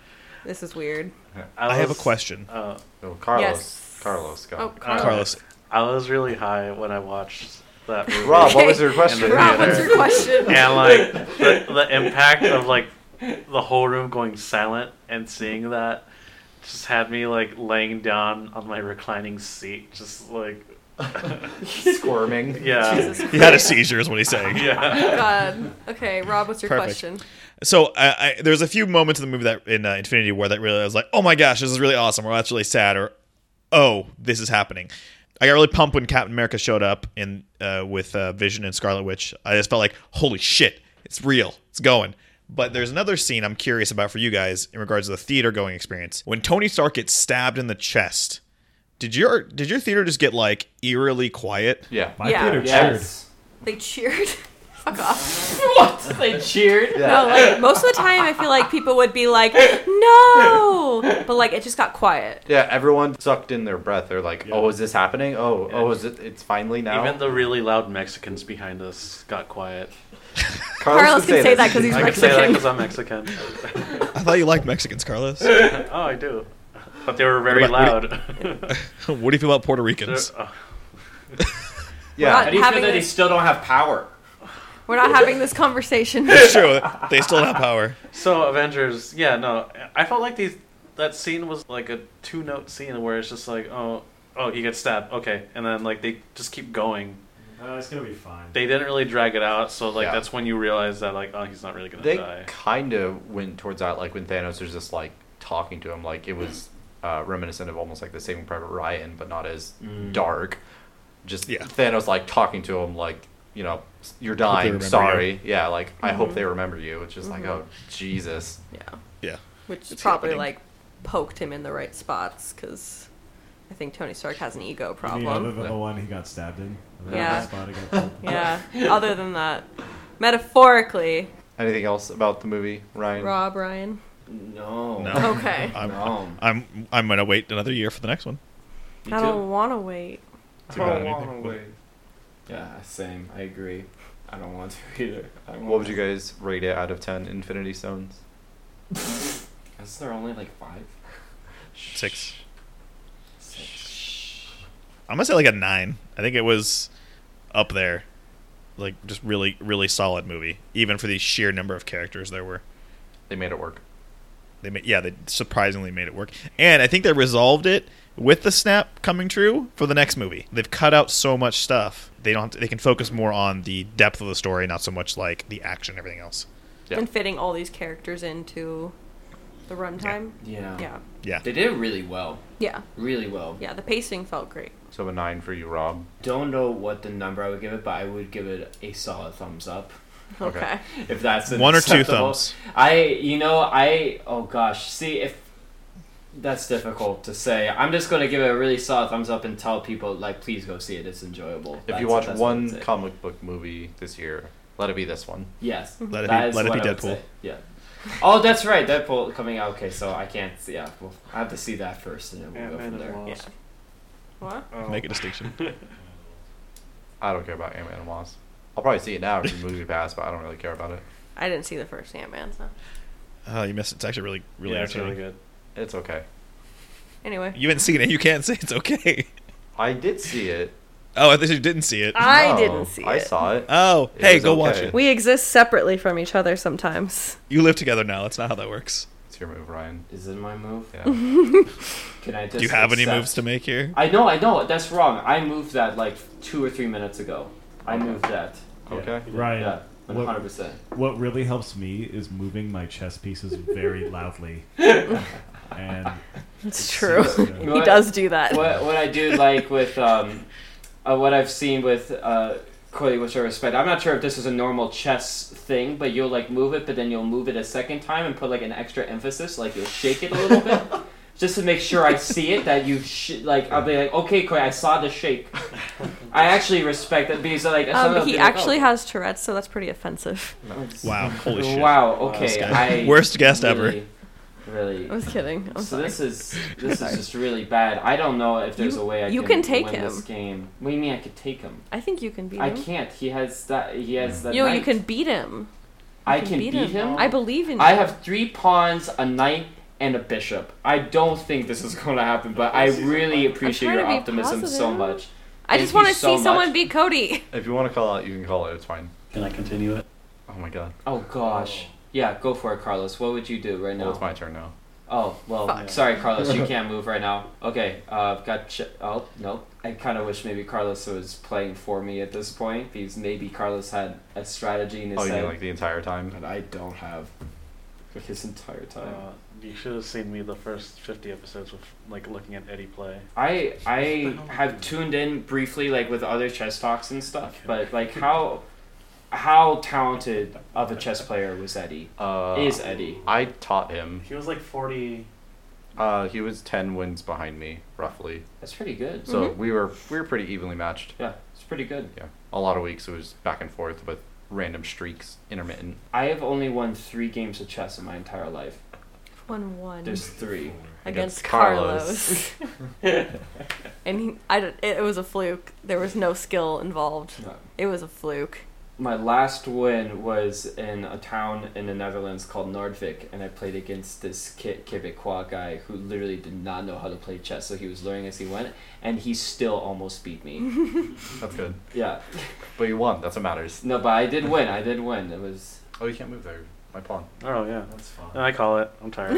B: this is weird."
F: I have a
C: was-
F: question.
C: Uh,
E: Oh, Carlos,
B: Yes.
E: Carlos, go.
B: Oh,
C: Uh,
F: Carlos,
C: I was really high when I watched that movie.
E: Rob, what was
B: Okay.
E: your question?
C: Yeah,
B: Rob, what's
C: there.
B: your question?
C: and like the, the impact of like the whole room going silent and seeing that just had me like laying down on my reclining seat, just like
E: Squirming.
C: yeah,
B: Jesus
F: he had a seizure, is what he's saying.
C: yeah.
B: God. Um, Okay, Rob, what's your
F: Perfect.
B: question?
F: So I, I, there's a few moments in the movie that in uh, Infinity War that really I was like, oh my gosh, this is really awesome, or that's really sad, or oh, this is happening. I got really pumped when Captain America showed up in uh, with uh, Vision and Scarlet Witch. I just felt like, holy shit, it's real, it's going. But there's another scene I'm curious about for you guys in regards to the theater going experience. When Tony Stark gets stabbed in the chest, did your did your theater just get like eerily quiet?
E: Yeah.
D: My
B: Yeah.
D: theater
A: Yes.
B: They cheered. Fuck off.
A: what? They cheered?
B: No, like most of the time, I feel like people would be like, "No," but like it just got quiet.
E: Yeah, everyone sucked in their breath. They're like,
D: Yeah.
E: "Oh, is this happening? Oh, oh, is it? It's finally now."
C: Even the really loud Mexicans behind us got quiet.
B: Carlos can say that because he's
C: I can say that
B: Mexican.
C: because I'm Mexican.
F: I thought you liked Mexicans, Carlos.
C: oh, I do. But they were very
F: What about-
C: loud.
F: what do you feel about Puerto Ricans?
C: They're- uh,
E: yeah,
A: How do you
B: Having
A: feel that
B: a-
A: they still don't have power?
B: We're not having this conversation.
F: True, they still have power.
C: So Avengers, yeah, no, I felt like these that scene was like a two note scene where it's just like, oh, oh, he gets stabbed, okay, and then like they just keep going.
D: Uh, it's gonna be fine.
C: They didn't really drag it out, so like
E: Yeah.
C: that's when you realize that like, oh, he's not really gonna
E: they
C: die.
E: kind of went towards that, like when Thanos was just like talking to him, like it was uh, reminiscent of almost like the Saving Private Ryan, but not as
A: Mm.
E: dark. Just
F: Yeah.
E: Thanos like talking to him, like you know, s- you're
F: they
E: dying,
F: remember
A: Mm-hmm.
E: sorry, yeah, like I hope they remember you. It's just like, oh Jesus,
B: Yeah.
F: Yeah.
B: which
F: It's
B: probably
F: happening.
B: like poked him in the right spots because I think Tony Stark has an ego
D: You mean other
B: problem.
D: than the one he got stabbed in? Other than
B: Yeah.
D: the spot he got pulled?
B: Yeah. other than that, metaphorically,
E: Anything else about the movie, Ryan?
B: Rob Ryan.
A: No.
F: No.
B: Okay.
F: I'm,
A: No.
F: I'm I'm gonna wait another year for the next one.
A: You
B: I
A: too?
B: don't want to wait.
A: I
F: don't
A: don't
F: want
A: want to
F: anything, but-
A: wait. Yeah, same. I agree. I don't want to either. I don't
E: What would you guys rate it out of 10 Infinity Stones?
A: Is there only like five?
F: Six.
A: Six.
F: I'm gonna say like a nine. I think it was up there, like just really really solid movie, even for the sheer number of characters there were.
E: They made it work.
F: They made yeah they surprisingly made it work, and I think they resolved it with the snap coming true for the next movie. They've cut out so much stuff. They don't. have to- they can focus more on the depth of the story, not so much like the action, and everything else.
E: Yeah.
B: And fitting all these characters into the runtime.
A: Yeah.
B: Yeah.
F: Yeah,
A: They did it really well.
B: Yeah.
A: Really well.
B: Yeah. The pacing felt great.
E: So a 9 for you, Rob.
A: Don't know what the number I would give it, but I would give it a solid thumbs up.
E: Okay.
B: Okay.
A: If that's an
F: one or two
A: acceptable-
F: thumbs.
A: I, you know, I, oh gosh, see if that's difficult to say. I'm just gonna give it a really solid thumbs up and tell people like, please go see it. It's enjoyable.
E: If
A: That's-
E: you watch
A: that's what I would
E: one
A: say.
E: comic book movie this year, let it be this one.
A: yes,
F: Let it
A: That
F: be,
A: is
F: let it be
A: what I would
F: Deadpool.
A: say, Yeah. Oh, that's right. Deadpool coming out. Okay, so I can't. Yeah, well, I have to see that first, and then we'll go
C: Ant-Man
A: from
C: and
A: there.
C: Wasp.
B: What?
C: Oh.
F: Make a distinction.
E: I don't care about Ant-Man and Wasp. I'll probably see it now if the movie passed, but I don't really care about it.
B: I didn't see the first Ant Man. So.
F: Oh, you missed. it. It's actually really really
C: yeah, it's
F: entertaining.
C: really good.
E: It's okay.
B: Anyway.
F: You haven't seen it. You can't say it's okay.
E: I did see it.
F: Oh, I thought you didn't see it.
B: I
E: No,
B: didn't see
E: I
B: it.
E: saw it.
F: Oh,
E: It
F: hey,
E: was
F: go watch
E: okay.
F: it.
B: We exist separately from each other sometimes.
F: You live together now. That's not how that works.
E: It's your move, Ryan.
A: Is it my move?
E: Yeah.
A: Can I just?
F: Do you have any
A: accept-
F: moves to make here?
A: I know, I know. That's wrong. I moved that like two or three minutes ago. I
E: Okay.
A: moved that.
E: Okay.
D: Ryan,
A: Yeah, one
D: what-
A: hundred percent.
D: What really helps me is moving my chess pieces very loudly. and
B: It's true.
D: so-
B: He
A: What-
B: does do that.
A: what what I do like with um, uh, what I've seen with uh, Cody, with your respect, I'm not sure if this is a normal chess thing, but you'll like move it, but then you'll move it a second time and put like an extra emphasis, like you'll shake it a little bit, just to make sure I see it. That you sh- like, I'll be like, okay, Cody, I saw the shake. I actually respect that because like
B: Um, he actually has Tourette's, so that's pretty offensive.
A: has.
F: Wow, holy shit.
A: Wow.
F: This
A: Okay.
F: guy-
A: I
F: Worst guest ever.
A: really, Really.
B: I was kidding. I'm
A: so
B: sorry.
A: this is this
B: Sorry.
A: is just really bad. I don't know if there's
B: You-
A: a way I
B: you
A: can,
B: can take
A: win
B: him.
A: this game. What do you mean I could take him?
B: I think you can beat him.
A: I can't. He has that. He has that.
B: You know, you
A: knight.
B: can beat him.
A: I
B: You
A: can beat, him.
B: I believe in you.
A: I have three pawns, a knight, and a bishop. I don't think this is going to happen, but I really appreciate
B: trying
A: your
B: to be
A: optimism so
B: positive.
A: much.
B: I
A: Thank
B: just
A: you
B: want to
A: so
B: see someone
A: much.
B: beat Cody.
E: If you want to call out, you can call it. It's fine.
G: Can I continue it?
E: Oh my god.
A: Oh gosh. Yeah, go for it, Carlos. What would you do right
E: Well,
A: now?
E: it's my turn now.
A: Oh well,
B: Fuck.
A: sorry, Carlos. You can't move right now. Okay, uh, I've got. Ch- oh no, I kind of wish maybe Carlos was playing for me at this point because maybe Carlos had a strategy in his
E: Oh, you
A: head
E: mean like the entire time?
A: that I don't have for his entire time.
C: Uh, you should have seen me the first 50 episodes with like looking at Eddie play.
A: I I
C: What the hell are you
A: have
C: doing?
A: tuned in briefly like with other chess talks and stuff,
C: Okay.
A: but like how how talented of a chess player was Eddie?
E: Uh,
A: Is Eddie?
E: I taught him.
C: He was like 40.
E: Uh, he was ten wins behind me, roughly.
A: That's pretty good.
E: So
B: Mm-hmm.
E: we were we were pretty evenly matched.
A: Yeah, it's pretty good.
E: Yeah, a lot of weeks it was back and forth with random streaks, intermittent.
A: I have only won three games of chess in my entire life.
B: One one
A: There's three.
E: against
B: against
E: Carlos.
B: Carlos, and he, I, don't- it, it was a fluke. There was no skill involved.
A: No.
B: It was a fluke.
A: My last win was in a town in the Netherlands called Noordvik, and I played against this Ke- Quebecois guy who literally did not know how to play chess, so he was learning as he went, and he still almost beat me.
E: That's good.
A: yeah,
E: But you won. That's what matters.
A: no, but I did win. I did win. It was.
E: Oh, you can't move there. My pawn.
C: Oh, yeah.
D: That's fine.
C: No, I call it. I'm tired.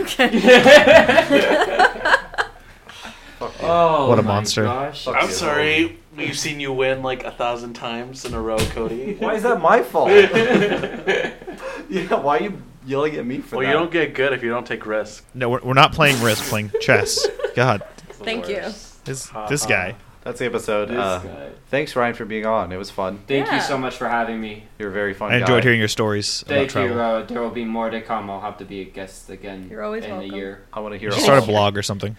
E: Fuck you.
A: Oh,
F: What a
A: my
F: monster.
A: Gosh.
E: Fuck
C: I'm
E: you.
C: sorry. We've seen you win like a thousand times in a row, Cody.
E: Why is that my fault? yeah, why are you yelling at me for
C: Well,
E: that?
C: you don't get good if you don't take risks.
F: No, we're, we're not playing Risk, playing chess. God,
C: It's the
B: Thank you.
C: worst.
F: this
C: Ha
F: this
C: ha.
F: guy.
E: That's the episode.
A: This
E: Uh,
A: guy.
E: thanks, Ryan, for being on. It was fun.
A: Thank
B: Yeah.
A: you so much for having me.
E: You're a very fun
F: I
E: guy.
F: enjoyed hearing your stories about
A: Thank
F: travel.
A: you. Uh, there will be more to come. I'll have to be a guest again
B: You're always
A: in
B: welcome.
A: a year.
E: I want to
F: You
E: hear
F: should
E: all
F: start a blog or something.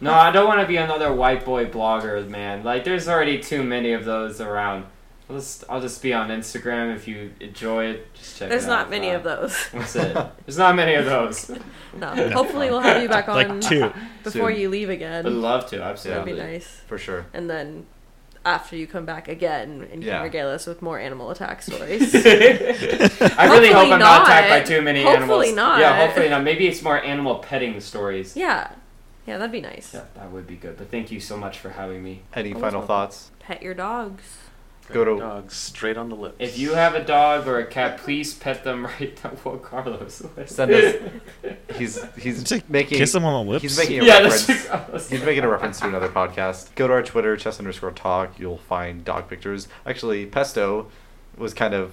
A: No, I don't want to be another white boy blogger, man. Like, there's already too many of those around. I'll just, I'll just be on Instagram if you enjoy it. Just check.
B: There's
A: it
B: not
A: out.
B: many
A: Uh,
B: of those.
A: That's it. There's not many of those.
B: No. Hopefully, we'll have you back on
F: Like two.
B: before
E: Soon.
B: you leave
A: I'd
B: again.
A: love to.
B: That'd be
A: Absolutely.
B: nice.
E: for sure.
B: And then after you come back again, and you
E: Yeah.
B: can regale us with more animal attack stories.
A: I really hope
B: Hopefully
A: I'm not attacked by
B: not.
A: too many
B: Hopefully
A: animals.
B: not.
A: Yeah, hopefully not. Maybe it's more animal petting stories.
B: yeah, yeah, that'd be nice.
A: Yeah, that would be good. But thank you so much for having me.
E: Any
A: Always
E: final
A: welcome.
E: thoughts?
B: Pet your dogs.
E: Go to-
C: dog straight on the lips.
A: If you have a dog or a cat, please pet them right down. Well, Carlos.
E: Send us. He's he's
F: Just
E: making
F: Kiss them on the lips.
E: he's making a
A: yeah,
E: reference.
A: that's Carlos.
E: He's making a reference to another podcast. Go to our Twitter, chess underscore talk. You'll find dog pictures. Actually, Pesto was kind of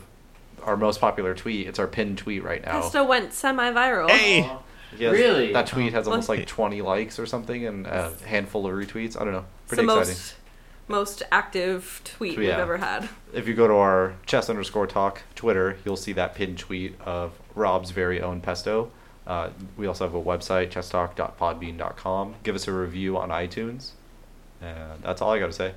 E: our most popular tweet. It's our pinned tweet right now.
B: Pesto went semi-viral.
F: Hey,
E: He has-
A: Really?
E: That tweet has almost
F: Okay.
E: like 20 likes or something and a handful of retweets. I don't know.
B: It's
E: Pretty
B: the
E: exciting.
B: most most active tweet
E: Yeah.
B: we've ever had.
E: If you go to our chess underscore talk Twitter, you'll see that pinned tweet of Rob's very own Pesto. Uh, we also have a website, chesstalk.podbean.com. Give us a review on iTunes. And that's all I got to say.